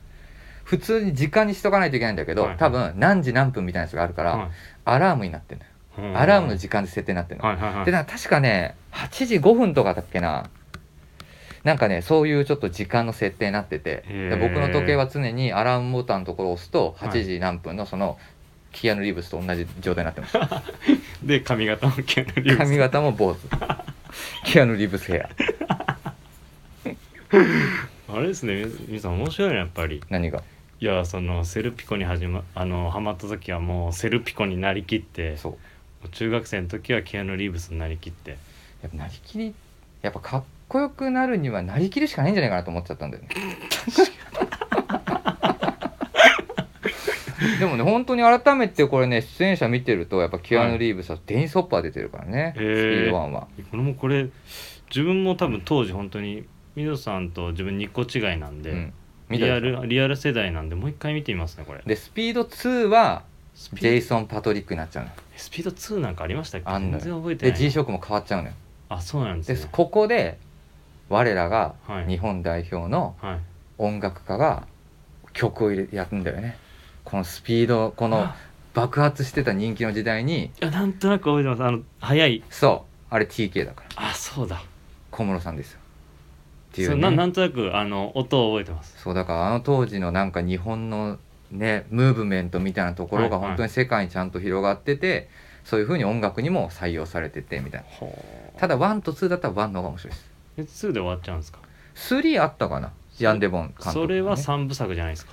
Speaker 1: 普通に時間にしとかないといけないんだけど、
Speaker 2: はい
Speaker 1: 多分何時何分みたいなやつがあるから、
Speaker 2: はい
Speaker 1: アラームになってるのよ、
Speaker 2: うん
Speaker 1: アラームの時間で設定になってるの、
Speaker 2: はいはいはい
Speaker 1: でなんか確かね8時5分とかだっけななんかねそういうちょっと時間の設定になってて
Speaker 2: へ
Speaker 1: で
Speaker 2: ー
Speaker 1: 僕の時計は常にアラームボタンのところを押すと
Speaker 2: はい
Speaker 1: 8時何分のそのキアヌ・リーブスと同じ状態になってます
Speaker 2: で髪型もキアヌ・リーブス
Speaker 1: 髪型も坊主キアヌ・リーブスヘア
Speaker 2: あれですね皆さん面白いねやっぱり
Speaker 1: 何が
Speaker 2: いやそのセルピコに始まあのハマった時はもうセルピコになりきって
Speaker 1: そう
Speaker 2: 中学生の時はキアヌ・リーブスになりきって
Speaker 1: やっぱなりきりやっぱかっこよくなるにはなりきるしかないんじゃないかなと思っちゃったんだよねでもね本当に改めてこれね出演者見てるとやっぱキア
Speaker 2: はい
Speaker 1: ヌ・リーブスはデニス・ホッパー出てるからね、
Speaker 2: へ
Speaker 1: スピ
Speaker 2: ー
Speaker 1: ードワンは
Speaker 2: これもこれ自分も多分当時本当に水野さんと自分2個違いなんで、
Speaker 1: うん見た
Speaker 2: リア
Speaker 1: でしょ
Speaker 2: ルリアル世代なんでもう一回見てみますねこれ
Speaker 1: でスピード2は
Speaker 2: ス
Speaker 1: ジェイ
Speaker 2: ピ
Speaker 1: ソン・パトリックになっちゃうの
Speaker 2: スピード2なんかありましたっけ
Speaker 1: あんの
Speaker 2: 全
Speaker 1: よ
Speaker 2: 然覚えて
Speaker 1: で
Speaker 2: ない
Speaker 1: G ショックも変わっちゃうのよ
Speaker 2: あそうなんです
Speaker 1: で
Speaker 2: ね
Speaker 1: ここで我らが
Speaker 2: はい
Speaker 1: 日本代表の
Speaker 2: はい
Speaker 1: 音楽家が曲を入れやるんだよねこのスピードこの
Speaker 2: あ
Speaker 1: 爆発してた人気の時代に
Speaker 2: いやなんとなく覚えてますあの早い
Speaker 1: そうあれ TK だから
Speaker 2: あそうだ
Speaker 1: 小室さんですよってい,、
Speaker 2: そううなな
Speaker 1: ね、
Speaker 2: んとなくあの音を覚えてます
Speaker 1: そうだからあの当時のなんか日本のねムーブメントみたいなところが
Speaker 2: はいはい
Speaker 1: 本当に世界にちゃんと広がってて、そういうふうに音楽にも採用されててみたいな
Speaker 2: ほ
Speaker 1: ただ1と2だったら1の方が面白いです
Speaker 2: で2で終わっちゃうんですか
Speaker 1: 3あったかな
Speaker 2: そ
Speaker 1: ヤンデボン監督、ね、
Speaker 2: それは3部作じゃないですか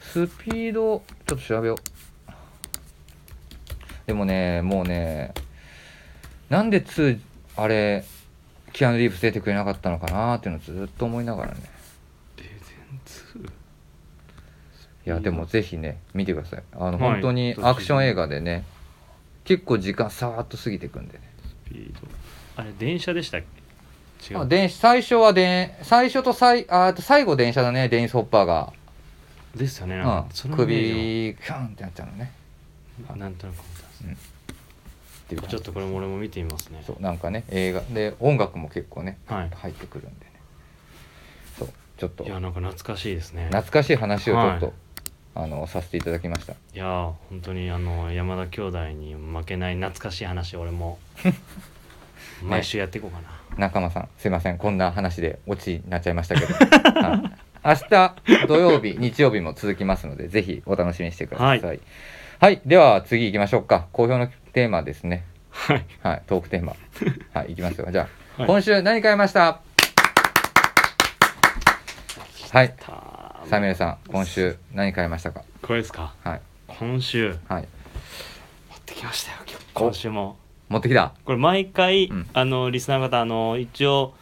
Speaker 1: スピードちょっと調べようでもねもうねなんで2あれキアヌ・リーブス出てくれなかったのかなーっていうのをずっと思いながらね
Speaker 2: デゼン2
Speaker 1: いやでもぜひね見てくださいあの
Speaker 2: はい
Speaker 1: 本当にアクション映画でね結構時間さーっと過ぎてくんでね
Speaker 2: スピードあれ電車でしたっけ違
Speaker 1: あ
Speaker 2: う
Speaker 1: 電子最初は電最初と最あと最後電車だねデニス・ホッパーが、
Speaker 2: ですよね
Speaker 1: う
Speaker 2: なんか、
Speaker 1: ん、
Speaker 2: そのイメージ
Speaker 1: 首キャンってなっちゃうのね
Speaker 2: はなんとなく思ったんです
Speaker 1: っていう感じ
Speaker 2: ちょっとこれも俺も見てみますね
Speaker 1: そうなんかね映画で音楽も結構ね
Speaker 2: はい
Speaker 1: 入ってくるんでねそうちょっと
Speaker 2: いやなんか懐かしいですね
Speaker 1: 懐かしい話をちょっと、
Speaker 2: は
Speaker 1: あのさせていただきました
Speaker 2: いやー本当にあの山田兄弟に負けない懐かしい話俺 も毎週やっていこうかな、
Speaker 1: 仲間さんすいませんこんな話でオチになっちゃいましたけど、はい明日土曜日日曜日も続きますのでぜひお楽しみにしてください
Speaker 2: は
Speaker 1: はい、では次行きましょうか好評のテーマですね
Speaker 2: はい
Speaker 1: はいトークテー マはい行きますよじゃあ、
Speaker 2: はい
Speaker 1: 今週何買いましたはい
Speaker 2: たー
Speaker 1: サミュエルさん今週何買いましたか
Speaker 2: これですか
Speaker 1: はい
Speaker 2: 今週持
Speaker 1: はい
Speaker 2: ってきましたよ今日
Speaker 1: お
Speaker 2: 今週も
Speaker 1: 持ってきた
Speaker 2: これ毎回、
Speaker 1: うん
Speaker 2: あのリスナーの方あの一応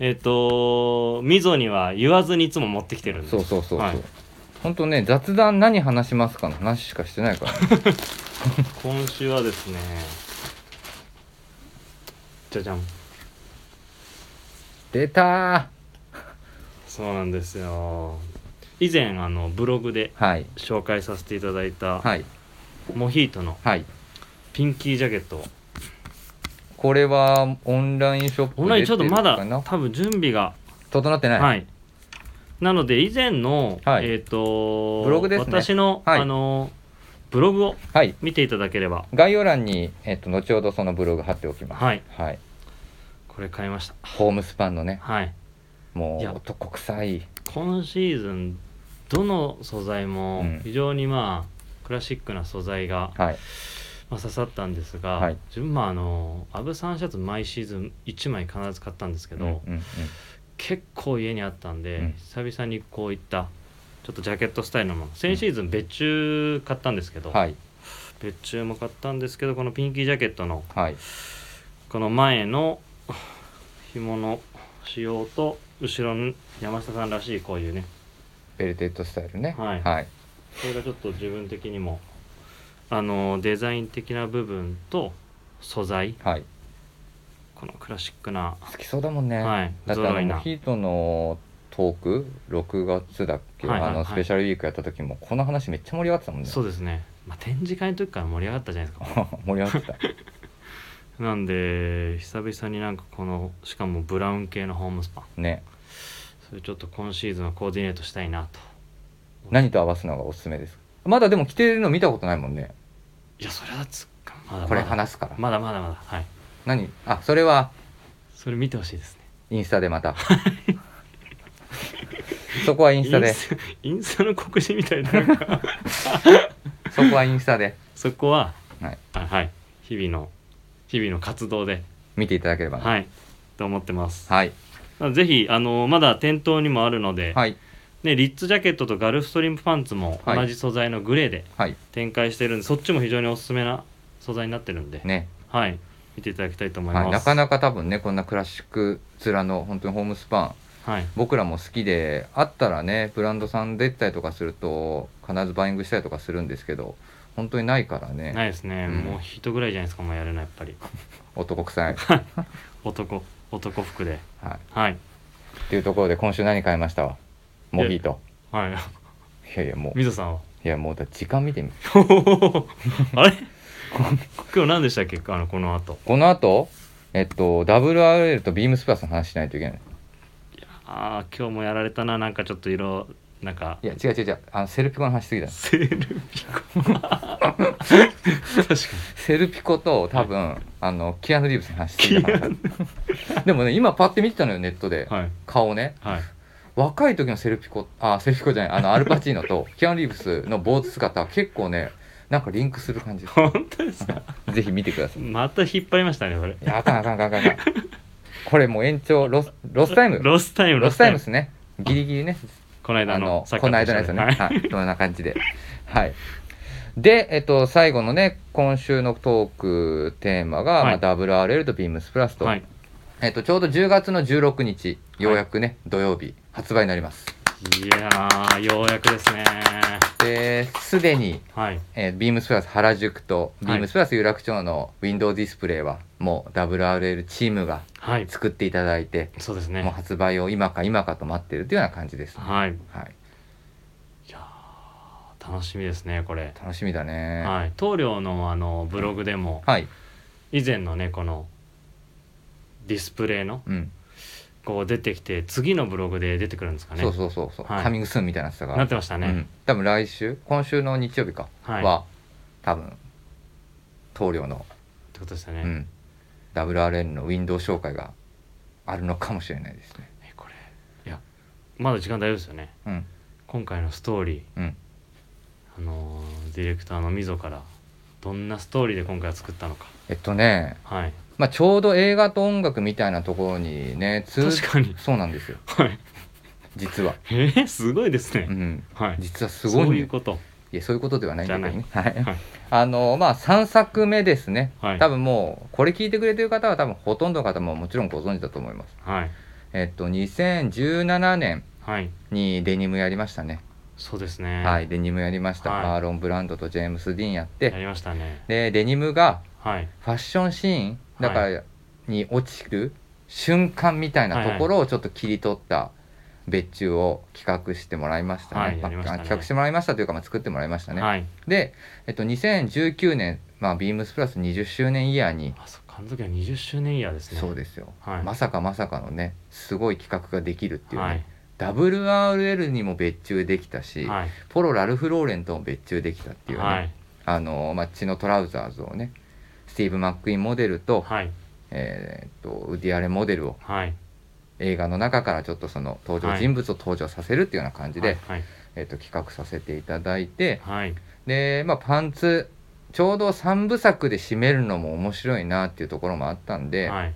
Speaker 2: えっ、とみぞには言わずにいつも持ってきてるんです
Speaker 1: そうそうそうそう、
Speaker 2: はい
Speaker 1: 本当ね雑談何話しますかの話しかしてない から、ね、
Speaker 2: 今週はですねじゃじゃん
Speaker 1: 出た
Speaker 2: そうなんですよ以前あのブログで
Speaker 1: ーはい
Speaker 2: 紹介させていただいた、
Speaker 1: はい
Speaker 2: モヒートの
Speaker 1: はい
Speaker 2: ピンキージャケット
Speaker 1: これはオンラインショップ
Speaker 2: オンラインちょっと
Speaker 1: 出
Speaker 2: ま
Speaker 1: て
Speaker 2: だ
Speaker 1: るかな
Speaker 2: 多分準備が
Speaker 1: 整ってな、
Speaker 2: はいい、なので以前の、
Speaker 1: はい
Speaker 2: えっ、と
Speaker 1: ブログですね
Speaker 2: 私の、
Speaker 1: はい
Speaker 2: あのブログを
Speaker 1: はい
Speaker 2: 見ていただければ
Speaker 1: 概要欄に、えっと、後ほどそのブログ貼っておきます
Speaker 2: はい
Speaker 1: はい、
Speaker 2: これ買いました
Speaker 1: ホームスパンのね
Speaker 2: はい
Speaker 1: も
Speaker 2: いうや
Speaker 1: 男臭い
Speaker 2: 今シーズンどの素材も
Speaker 1: うん
Speaker 2: 非常にまあクラシックな素材が、
Speaker 1: はい
Speaker 2: まあ、刺さったんですが、
Speaker 1: はい
Speaker 2: 自分もあのアブサンシャツ毎シーズン1枚必ず買ったんですけ
Speaker 1: け
Speaker 2: ど、
Speaker 1: うんうん
Speaker 2: 結構家にあったんで、
Speaker 1: うん
Speaker 2: 久々にこういったちょっとジャケットスタイルのもの先シーズン別注買ったんですけど、
Speaker 1: うん、はい
Speaker 2: 別注も買ったんですけどこのピンキージャケットの
Speaker 1: はい
Speaker 2: この前の 紐の仕様と後ろの山下さんらしいこういうね
Speaker 1: ベルテッドスタイルね
Speaker 2: はい
Speaker 1: はい
Speaker 2: これがちょっと自分的にもあのデザイン的な部分と素材
Speaker 1: はい
Speaker 2: このクラシックな
Speaker 1: 好きそうだもんね、
Speaker 2: はい
Speaker 1: だって
Speaker 2: ゾロ
Speaker 1: あ
Speaker 2: イ
Speaker 1: の
Speaker 2: な
Speaker 1: ヒートのトーク6月だっけ、
Speaker 2: はいはい
Speaker 1: あ
Speaker 2: は
Speaker 1: の
Speaker 2: い
Speaker 1: スペシャルウィークやった時もこの話めっちゃ盛り上がってたもんね
Speaker 2: そうですね、まあ、展示会の時から盛り上がったじゃないですか
Speaker 1: 盛り上がってた
Speaker 2: なんで久々になんかこのしかもブラウン系のホームスパン
Speaker 1: ね
Speaker 2: それちょっと今シーズンはコーディネートしたいなと
Speaker 1: 何と合わすのがおすすめですかまだでも着てるの見たことないもんね
Speaker 2: いやそれはつっかまだまだ
Speaker 1: これ話すから
Speaker 2: まだまだまだはい
Speaker 1: 何あそれは
Speaker 2: それ見てほしいですね
Speaker 1: インスタでまた そこはインスタで
Speaker 2: スインスタの告示み たいななんか
Speaker 1: そこはインスタで、
Speaker 2: そこは
Speaker 1: はい、
Speaker 2: あはい日々の日々の活動で
Speaker 1: 見ていただければね
Speaker 2: はいと思ってます
Speaker 1: はい
Speaker 2: なのでぜひあのまだ店頭にもあるので、
Speaker 1: はい
Speaker 2: ね、リッツジャケットとガルフストリンプパンツも
Speaker 1: はい
Speaker 2: 同じ素材のグレーで
Speaker 1: はい
Speaker 2: 展開してるんで、そっちも非常におすすめな素材になってるんで、
Speaker 1: ね、
Speaker 2: はい見ていただきたいと思います、
Speaker 1: はい、なかなか多分ねこんなクラシック面の本当にホームスパン
Speaker 2: はい
Speaker 1: 僕らも好きであったらねブランドさん出てたりとかすると必ずバイングしたりとかするんですけど本当にないからね
Speaker 2: ないですね、
Speaker 1: うん
Speaker 2: もう人ぐらいじゃないですかもうやるのやっぱり
Speaker 1: 男臭い、
Speaker 2: 男男服で
Speaker 1: はい、
Speaker 2: はい
Speaker 1: っていうところで今週何買いましたわモヒート
Speaker 2: はい
Speaker 1: いやいやもう
Speaker 2: 水さんは
Speaker 1: いやもうだ時間見てみ
Speaker 2: あれ今日何でしたっけあのこの後
Speaker 1: この後えっと WRL とビームスプラスの話しないといけない
Speaker 2: ああ今日もやられたななんかちょっと色なんか
Speaker 1: いや違う違う違うあのセルピコの話しすぎだ
Speaker 2: セルビコ確かに
Speaker 1: セルピコと多分あのキアヌ・リーブスの話しすぎだから
Speaker 2: キ
Speaker 1: でもね今パッて見てたのよネットで、
Speaker 2: はい
Speaker 1: 顔ね
Speaker 2: はい
Speaker 1: 若い時のセルピコあセルピコじゃないあのアルパチーノとキアヌ・リーブスの坊主姿結構ねなんかリンクする感じです
Speaker 2: 本当ですか
Speaker 1: ぜひ見てください
Speaker 2: また引っ張りましたねこれ
Speaker 1: いやあかんあかんあかんあかんあかんこれもう延長ロスロスタイム
Speaker 2: ロスタイム
Speaker 1: ロスタイムで
Speaker 2: ロ
Speaker 1: すねギリギリね
Speaker 2: この間
Speaker 1: あ
Speaker 2: の
Speaker 1: の
Speaker 2: サッカ
Speaker 1: こ
Speaker 2: ー
Speaker 1: の
Speaker 2: と一
Speaker 1: 間
Speaker 2: 緒
Speaker 1: のやつね、
Speaker 2: は
Speaker 1: はいい、そんな感じで、はい、で、えっと、最後のね、今週のトークテーマが、
Speaker 2: はい
Speaker 1: まあ、WRL とビームスプラスと、
Speaker 2: はい
Speaker 1: えっと、ちょうど10月の16日、ようやくね、土曜日、発売になります。
Speaker 2: いやーようやくですね
Speaker 1: ですでに、
Speaker 2: はい
Speaker 1: えー、ビームスプラス原宿とビ
Speaker 2: はい
Speaker 1: ームスプラス有楽町の Windows ディスプレイはもう WRL チームが
Speaker 2: はい
Speaker 1: 作っていただいて、
Speaker 2: そうです
Speaker 1: もう
Speaker 2: ね
Speaker 1: 発売を今か今かと待ってるというような感じです、は
Speaker 2: はい
Speaker 1: い、
Speaker 2: いやー楽しみですねこれ、
Speaker 1: 楽しみだね
Speaker 2: はい棟梁のあのブログでも
Speaker 1: はい、
Speaker 2: 以前のねこのディスプレイの
Speaker 1: うん
Speaker 2: こう出てきて次のブログで出てくるんですかね
Speaker 1: そうそうそうそう、
Speaker 2: はい
Speaker 1: カミングスーンみたいなやつだから
Speaker 2: なってましたね、
Speaker 1: うん、多分来週今週の日曜日かは、
Speaker 2: はい
Speaker 1: 多分棟梁の、
Speaker 2: ってことですよね、
Speaker 1: うん、WRN の Windows 紹介があるのかもしれないですね
Speaker 2: えこれいやまだ時間大丈夫ですよね
Speaker 1: うん
Speaker 2: 今回のストーリー
Speaker 1: うん
Speaker 2: あのーディレクターの溝からどんなストーリーで今回は作ったのか
Speaker 1: えっとね、
Speaker 2: はい
Speaker 1: まあ、ちょうど映画と音楽みたいなところにね通
Speaker 2: 確かに
Speaker 1: そうなんですよ
Speaker 2: はい
Speaker 1: 実は、
Speaker 2: えー、すごいですね、
Speaker 1: うん、
Speaker 2: はい
Speaker 1: 実はすごい,、
Speaker 2: そういうこと
Speaker 1: いやそういうことではないんだけどねはい、
Speaker 2: はい
Speaker 1: あのまあ3作目ですね、
Speaker 2: はい
Speaker 1: 多分もうこれ聞いてくれてる方は多分ほとんどの方ももちろんご存知だと思います
Speaker 2: はい
Speaker 1: えっと2017年
Speaker 2: はい
Speaker 1: にデニムやりましたね、
Speaker 2: そうですね
Speaker 1: はいデニムやりました、
Speaker 2: はい
Speaker 1: マーロン・ブランドとジェームス・ディーンやっ
Speaker 2: や
Speaker 1: て、
Speaker 2: りましたね
Speaker 1: でデニムが
Speaker 2: はい
Speaker 1: ファッションシーンだから、に落ちる瞬間みたいなところをちょっと切り取った別注を企画してもらいましたね,、
Speaker 2: はいやりましたね
Speaker 1: あ企画してもらいましたというか、まあ、作ってもらいましたね、
Speaker 2: はい
Speaker 1: で、えっと、2019年、まあ、ビームスプラス20周年イヤーに
Speaker 2: あそっかあの時は20周年イヤーですね
Speaker 1: そうですよ、
Speaker 2: はい
Speaker 1: まさかまさかのねすごい企画ができるっていうね、
Speaker 2: はい
Speaker 1: WRL にも別注できたし、
Speaker 2: はい
Speaker 1: ポロ・ラルフ・ローレンとも別注できたっていうね、
Speaker 2: はい
Speaker 1: あのマッチのトラウザーズをねスティーブ・マックイーンモデルと、
Speaker 2: はい
Speaker 1: えーっとウディアレンモデルを
Speaker 2: はい
Speaker 1: 映画の中からちょっとその登場
Speaker 2: はい
Speaker 1: 人物を登場させるっていうような感じで、
Speaker 2: はい
Speaker 1: えーっと企画させていただいて
Speaker 2: はい
Speaker 1: で、まあ、パンツちょうど3部作で締めるのも面白いなっていうところもあったんで、
Speaker 2: はい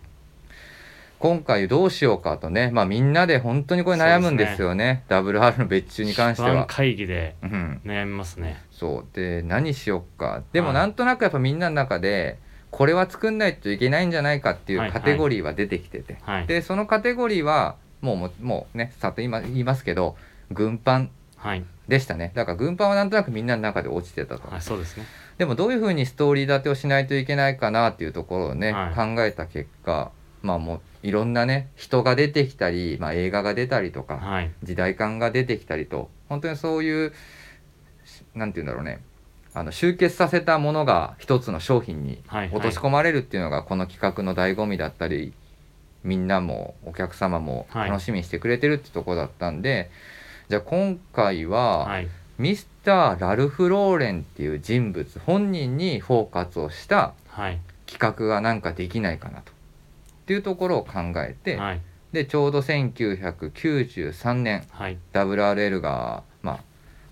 Speaker 1: 今回どうしようかとね、まあ、みんなで本当にこれ悩むんですよね WR の別注に関して
Speaker 2: 一番
Speaker 1: は。
Speaker 2: 会議で
Speaker 1: うん
Speaker 2: 悩みますね
Speaker 1: そうで何しよっかでも
Speaker 2: はい
Speaker 1: なんとなくやっぱみんなの中でこれは作んないといけないんじゃないかって
Speaker 2: はい
Speaker 1: い
Speaker 2: は
Speaker 1: うカ
Speaker 2: い
Speaker 1: テゴリーは出てきてて、
Speaker 2: はい
Speaker 1: でそのカテゴリーはもうもうもうねさっと今言いますけど軍パン
Speaker 2: はい
Speaker 1: でしたねだから軍パンはなんとなくみんなの中で落ちてたと、
Speaker 2: はいそうですね
Speaker 1: でもどういうふうにストーリー立てをしないといけないかなっていうところをね、
Speaker 2: はい
Speaker 1: 考えた結果まあもういろんなね人が出てきたり、まあ、映画が出たりとか、
Speaker 2: はい
Speaker 1: 時代感が出てきたりと本当にそういうしなんて言うんだろうねあの集結させたものが一つの商品に
Speaker 2: はい
Speaker 1: 落とし込まれるっていうのがこの企画の醍醐味だったりみんなもお客様も
Speaker 2: はい
Speaker 1: 楽しみにしてくれてるってとこだったんで、じゃあ今回は、
Speaker 2: はい
Speaker 1: ミスター・ラルフ・ローレンっていう人物本人にフォーカスをした
Speaker 2: はい
Speaker 1: 企画がなんかできないかなと。っていうところを考えて、
Speaker 2: はい
Speaker 1: でちょうど1993年
Speaker 2: はい、
Speaker 1: WRL が、まあ、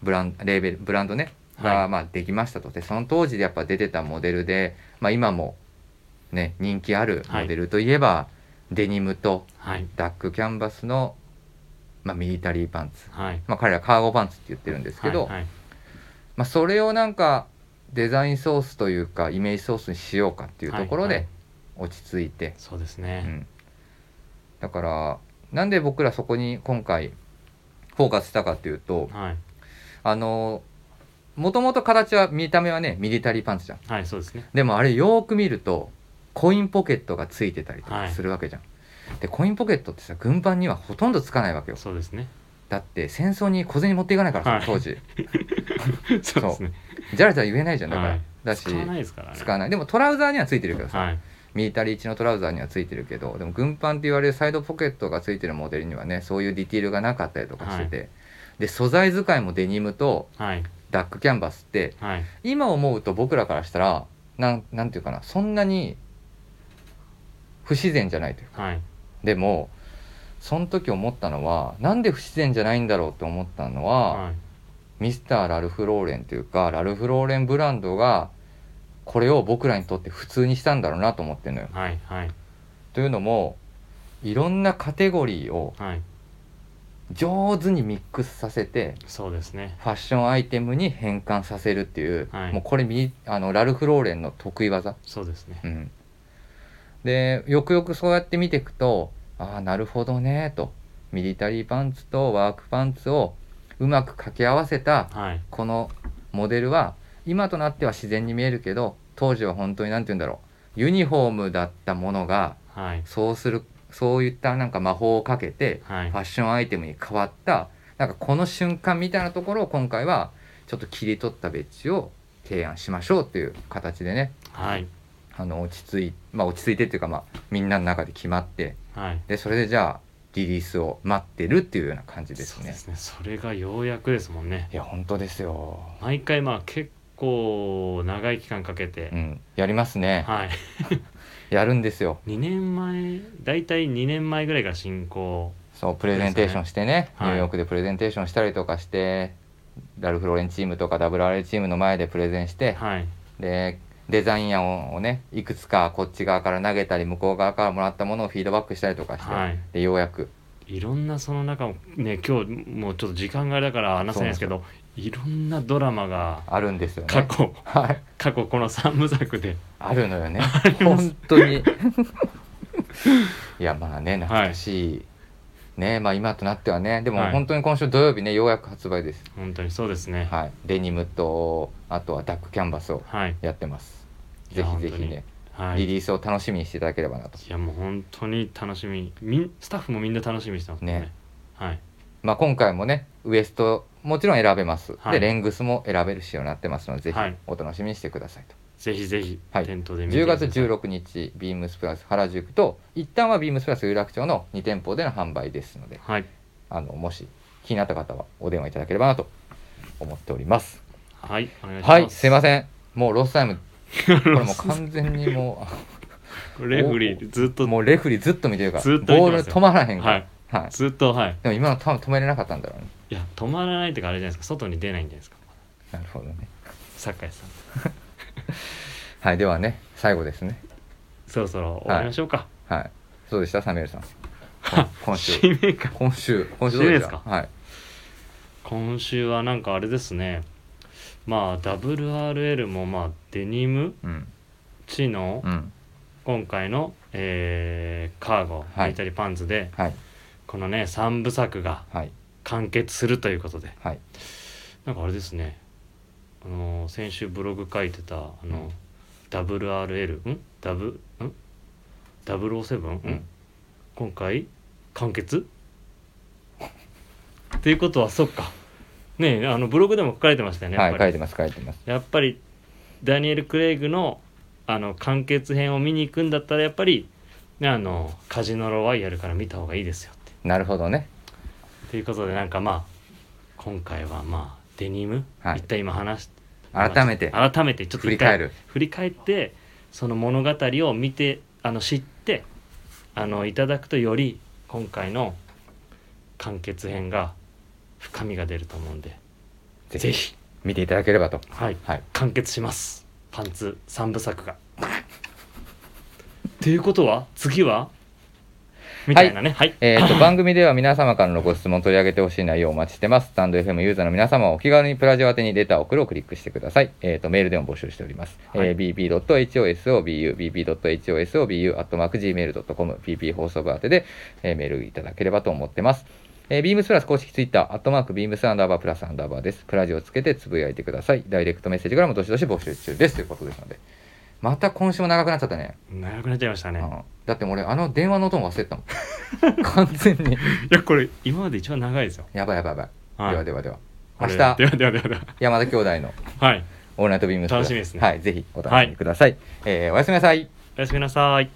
Speaker 1: ブランレーベルブランドねが、
Speaker 2: はい
Speaker 1: まあ、できましたとでその当時でやっぱ出てたモデルで、まあ、今も、ね、人気あるモデルといえば、デニムと
Speaker 2: はい、
Speaker 1: ダックキャンバスの、まあ、ミリタリーパンツ、
Speaker 2: はい。
Speaker 1: まあ、彼らカーゴパンツって言ってるんですけど、
Speaker 2: はい、はい
Speaker 1: まあ、それをなんかデザインソースというかイメージソースにしようかっていうところ
Speaker 2: はい
Speaker 1: で
Speaker 2: はい
Speaker 1: 落ち着いて、
Speaker 2: そうです
Speaker 1: う
Speaker 2: ね。
Speaker 1: ん、だからなんで僕らそこに今回フォーカスしたかっていうと、
Speaker 2: はい、
Speaker 1: あのもともと形は見た目はねミリタリーパンツじゃん
Speaker 2: はい、そうですね。
Speaker 1: でもあれよーく見るとコインポケットがついてたりと
Speaker 2: は
Speaker 1: か
Speaker 2: い
Speaker 1: するわけじゃん、でコインポケットってさ軍パンにはほとんどつかないわけよ
Speaker 2: そうですね。
Speaker 1: だって戦争に小銭持っていかないからさ、
Speaker 2: はい
Speaker 1: 当時
Speaker 2: そうですね。
Speaker 1: じゃらじゃら言えないじゃんだから、
Speaker 2: はい
Speaker 1: だし
Speaker 2: 使わないですからね。
Speaker 1: 使わないでもトラウザーにはついてるけどさ、
Speaker 2: はい、
Speaker 1: ミリタリー一のトラウザーにはついてるけどでも軍パンって言われるサイドポケットがついてるモデルにはねそういうディティールがなかったりとかしてて、で素材使いもデニムと
Speaker 2: はい、
Speaker 1: ダックキャンバスって
Speaker 2: はい、
Speaker 1: 今思うと僕らからしたらなんなんていうかなそんなに不自然じゃないという
Speaker 2: はい、
Speaker 1: でもその時思ったのはなんで不自然じゃないんだろうと思ったのは、
Speaker 2: はい、
Speaker 1: ミスター・ラルフ・ローレンというかラルフ・ローレンブランドがこれを僕らにとって普通にしたんだろうなと思ってるのよ。
Speaker 2: はい、はい、
Speaker 1: というのもいろんなカテゴリーを
Speaker 2: はい、
Speaker 1: 上手にミックスさせて
Speaker 2: そうですね。
Speaker 1: ファッションアイテムに変換させるっていう、
Speaker 2: はい
Speaker 1: もうこれみあのラルフ・ローレンの得意技。
Speaker 2: そうですね
Speaker 1: う。ん、でよくよくそうやって見ていくとああなるほどねとミリタリーパンツとワークパンツをうまく掛け合わせた
Speaker 2: はい
Speaker 1: このモデルは今となっては自然に見えるけど当時は本当に何て言うんだろうユニフォームだったものが
Speaker 2: はい
Speaker 1: そうするそういったなんか魔法をかけて
Speaker 2: はい
Speaker 1: ファッションアイテムに変わったなんかこの瞬間みたいなところを今回はちょっと切り取った別地を提案しましょうっていう形でね
Speaker 2: はい
Speaker 1: あの落ち着いまあ落ち着いてっていうかまあみんなの中で決まって
Speaker 2: はい
Speaker 1: でそれでじゃあリリースを待ってるっていうような感じです
Speaker 2: そう
Speaker 1: ね
Speaker 2: ですねそれがようやくですもんね
Speaker 1: いや本当ですよ
Speaker 2: 毎回まあ結構長い期間かけて
Speaker 1: う、んやりますね
Speaker 2: はい
Speaker 1: やるんですよ
Speaker 2: 2年前大体2年前ぐらいが進行
Speaker 1: そうプレゼンテーションしてね
Speaker 2: はい
Speaker 1: ニューヨークでプレゼンテーションしたりとかしてダルフローレンチームとか WRA チームの前でプレゼンして、
Speaker 2: はい
Speaker 1: でデザイン案をねいくつかこっち側から投げたり向こう側からもらったものをフィードバックしたりとかして、
Speaker 2: はい
Speaker 1: でようやく
Speaker 2: いろんなその中もね今日もうちょっと時間があれだから話せないですけどいろんなドラマが
Speaker 1: あるんですよ
Speaker 2: 過
Speaker 1: ね。
Speaker 2: 去
Speaker 1: はい、
Speaker 2: 過去この三部作で
Speaker 1: あるの よね
Speaker 2: ります
Speaker 1: 本当にいやまあね懐かしい、ねまあ今となってはねでも
Speaker 2: はい
Speaker 1: 本当に今週土曜日ねようやく発売です、
Speaker 2: 本当にそうですね
Speaker 1: はい、デニムとあとはダックキャンバスを
Speaker 2: はい
Speaker 1: やってます
Speaker 2: い
Speaker 1: ぜ
Speaker 2: や
Speaker 1: ひぜひね、
Speaker 2: は
Speaker 1: リ
Speaker 2: い
Speaker 1: リースを楽しみにしていただければなと
Speaker 2: いやもう本当に楽しみみんスタッフもみんな楽しみにしてますね
Speaker 1: ね
Speaker 2: はい
Speaker 1: まあ、今回もねウエストもちろん選べます、
Speaker 2: はい
Speaker 1: でレングスも選べる仕様になってますのでぜひ
Speaker 2: はい
Speaker 1: お楽しみにしてくださいと、
Speaker 2: ぜひぜひ
Speaker 1: はい
Speaker 2: 店頭で見て
Speaker 1: 10
Speaker 2: くだ
Speaker 1: 月
Speaker 2: さい
Speaker 1: 16日ビームスプラス原宿と一旦はビームスプラス有楽町の2店舗での販売ですので
Speaker 2: はい
Speaker 1: あのもし気になった方はお電話いただければなと思っております
Speaker 2: はいお願いします
Speaker 1: はいすいま
Speaker 2: ん
Speaker 1: せんもうロスタイム これもう完全にも
Speaker 2: レフリーずっ
Speaker 1: う
Speaker 2: と
Speaker 1: もうレフリーずっと見てるから
Speaker 2: ずっと見てますよ
Speaker 1: ボール止まらへんから、
Speaker 2: はい
Speaker 1: はい
Speaker 2: ずっとはい
Speaker 1: でも今の多分止めれなかったんだろうね
Speaker 2: いや止まらないとかあれじゃないですか外に出ないんじゃないですか
Speaker 1: なるほどね
Speaker 2: 酒井さん
Speaker 1: はいではね最後ですね
Speaker 2: そろそろ終わりましょうか、
Speaker 1: はい。そうでした、サミュエ ルさん。今週
Speaker 2: 使命感
Speaker 1: 今週、今週どうした
Speaker 2: 締めです
Speaker 1: はい。
Speaker 2: 今週はなんかあれですねまあ WRL もまあデニム
Speaker 1: うん。
Speaker 2: チの
Speaker 1: うん。
Speaker 2: 今回の、えーカーゴ
Speaker 1: はい
Speaker 2: ミリタリーパンツで、
Speaker 1: はい。
Speaker 2: このね3部作が
Speaker 1: はい。
Speaker 2: 完結するということで
Speaker 1: はい。
Speaker 2: なんかあれですねあのー先週ブログ書いてたあの、
Speaker 1: うん
Speaker 2: WRL んダブん ?007? ん、
Speaker 1: うん
Speaker 2: 今回完結 っていうことはそっかねえあのブログでも書かれてましたよねや
Speaker 1: は
Speaker 2: っ
Speaker 1: い。
Speaker 2: ぱ
Speaker 1: 書
Speaker 2: り,、
Speaker 1: いてます、書いてます。
Speaker 2: やっぱりダニエル・クレイグのあの完結編を見に行くんだったらやっぱり、ね、あのカジノロワイヤルから見た方がいいですよって
Speaker 1: なるほどね。
Speaker 2: ということでなんかまあ今回はまあデニム、
Speaker 1: はい
Speaker 2: 一体今話し
Speaker 1: 改めて
Speaker 2: まあ改めてちょっと
Speaker 1: 振り
Speaker 2: 一回
Speaker 1: 返る。
Speaker 2: 振り返ってその物語を見てあの知ってあのいただくとより今回の完結編が深みが出ると思うんで
Speaker 1: ぜ
Speaker 2: ぜ
Speaker 1: ひ、
Speaker 2: ひ、
Speaker 1: 見ていただければと。
Speaker 2: はい、
Speaker 1: はい。
Speaker 2: 完結しますパンツ3部作が。ということは次はみたいなねはい、
Speaker 1: え ー、と番組では皆様からのご質問を取り上げてほしい内容をお待ちしてます。スタンド FM ユーザーの皆様はお気軽にプラジオ宛てにレターを送るをクリックしてください。えー、とメールでも募集しております。
Speaker 2: はい
Speaker 1: えー、bb.hosobu、bb.hosobu.gmail.com、pp 放送部宛てで、えーメールいただければと思ってます。えー、ビームスプラス公式ツイッター、アットマークビームスアンダーバープラスアンダーバーです。プラジオをつけてつぶやいてください。ダイレクトメッセージからもどしどし募集中ですということですので。また今週も長くなっちゃったね。
Speaker 2: 長くなっちゃいましたね、
Speaker 1: うんだって俺あの電話の音も忘れてたもん。 完全に。
Speaker 2: いやこれ今まで一番長いですよ、
Speaker 1: やばいやばいやばい。
Speaker 2: はい、
Speaker 1: ではではでは。明日、
Speaker 2: これではではではで
Speaker 1: 山田兄弟の
Speaker 2: ははい
Speaker 1: オールナイトビームスプラス
Speaker 2: 楽しみですね
Speaker 1: はい、ぜひお楽しみください。えーおやすみなさい。
Speaker 2: おやすみなさい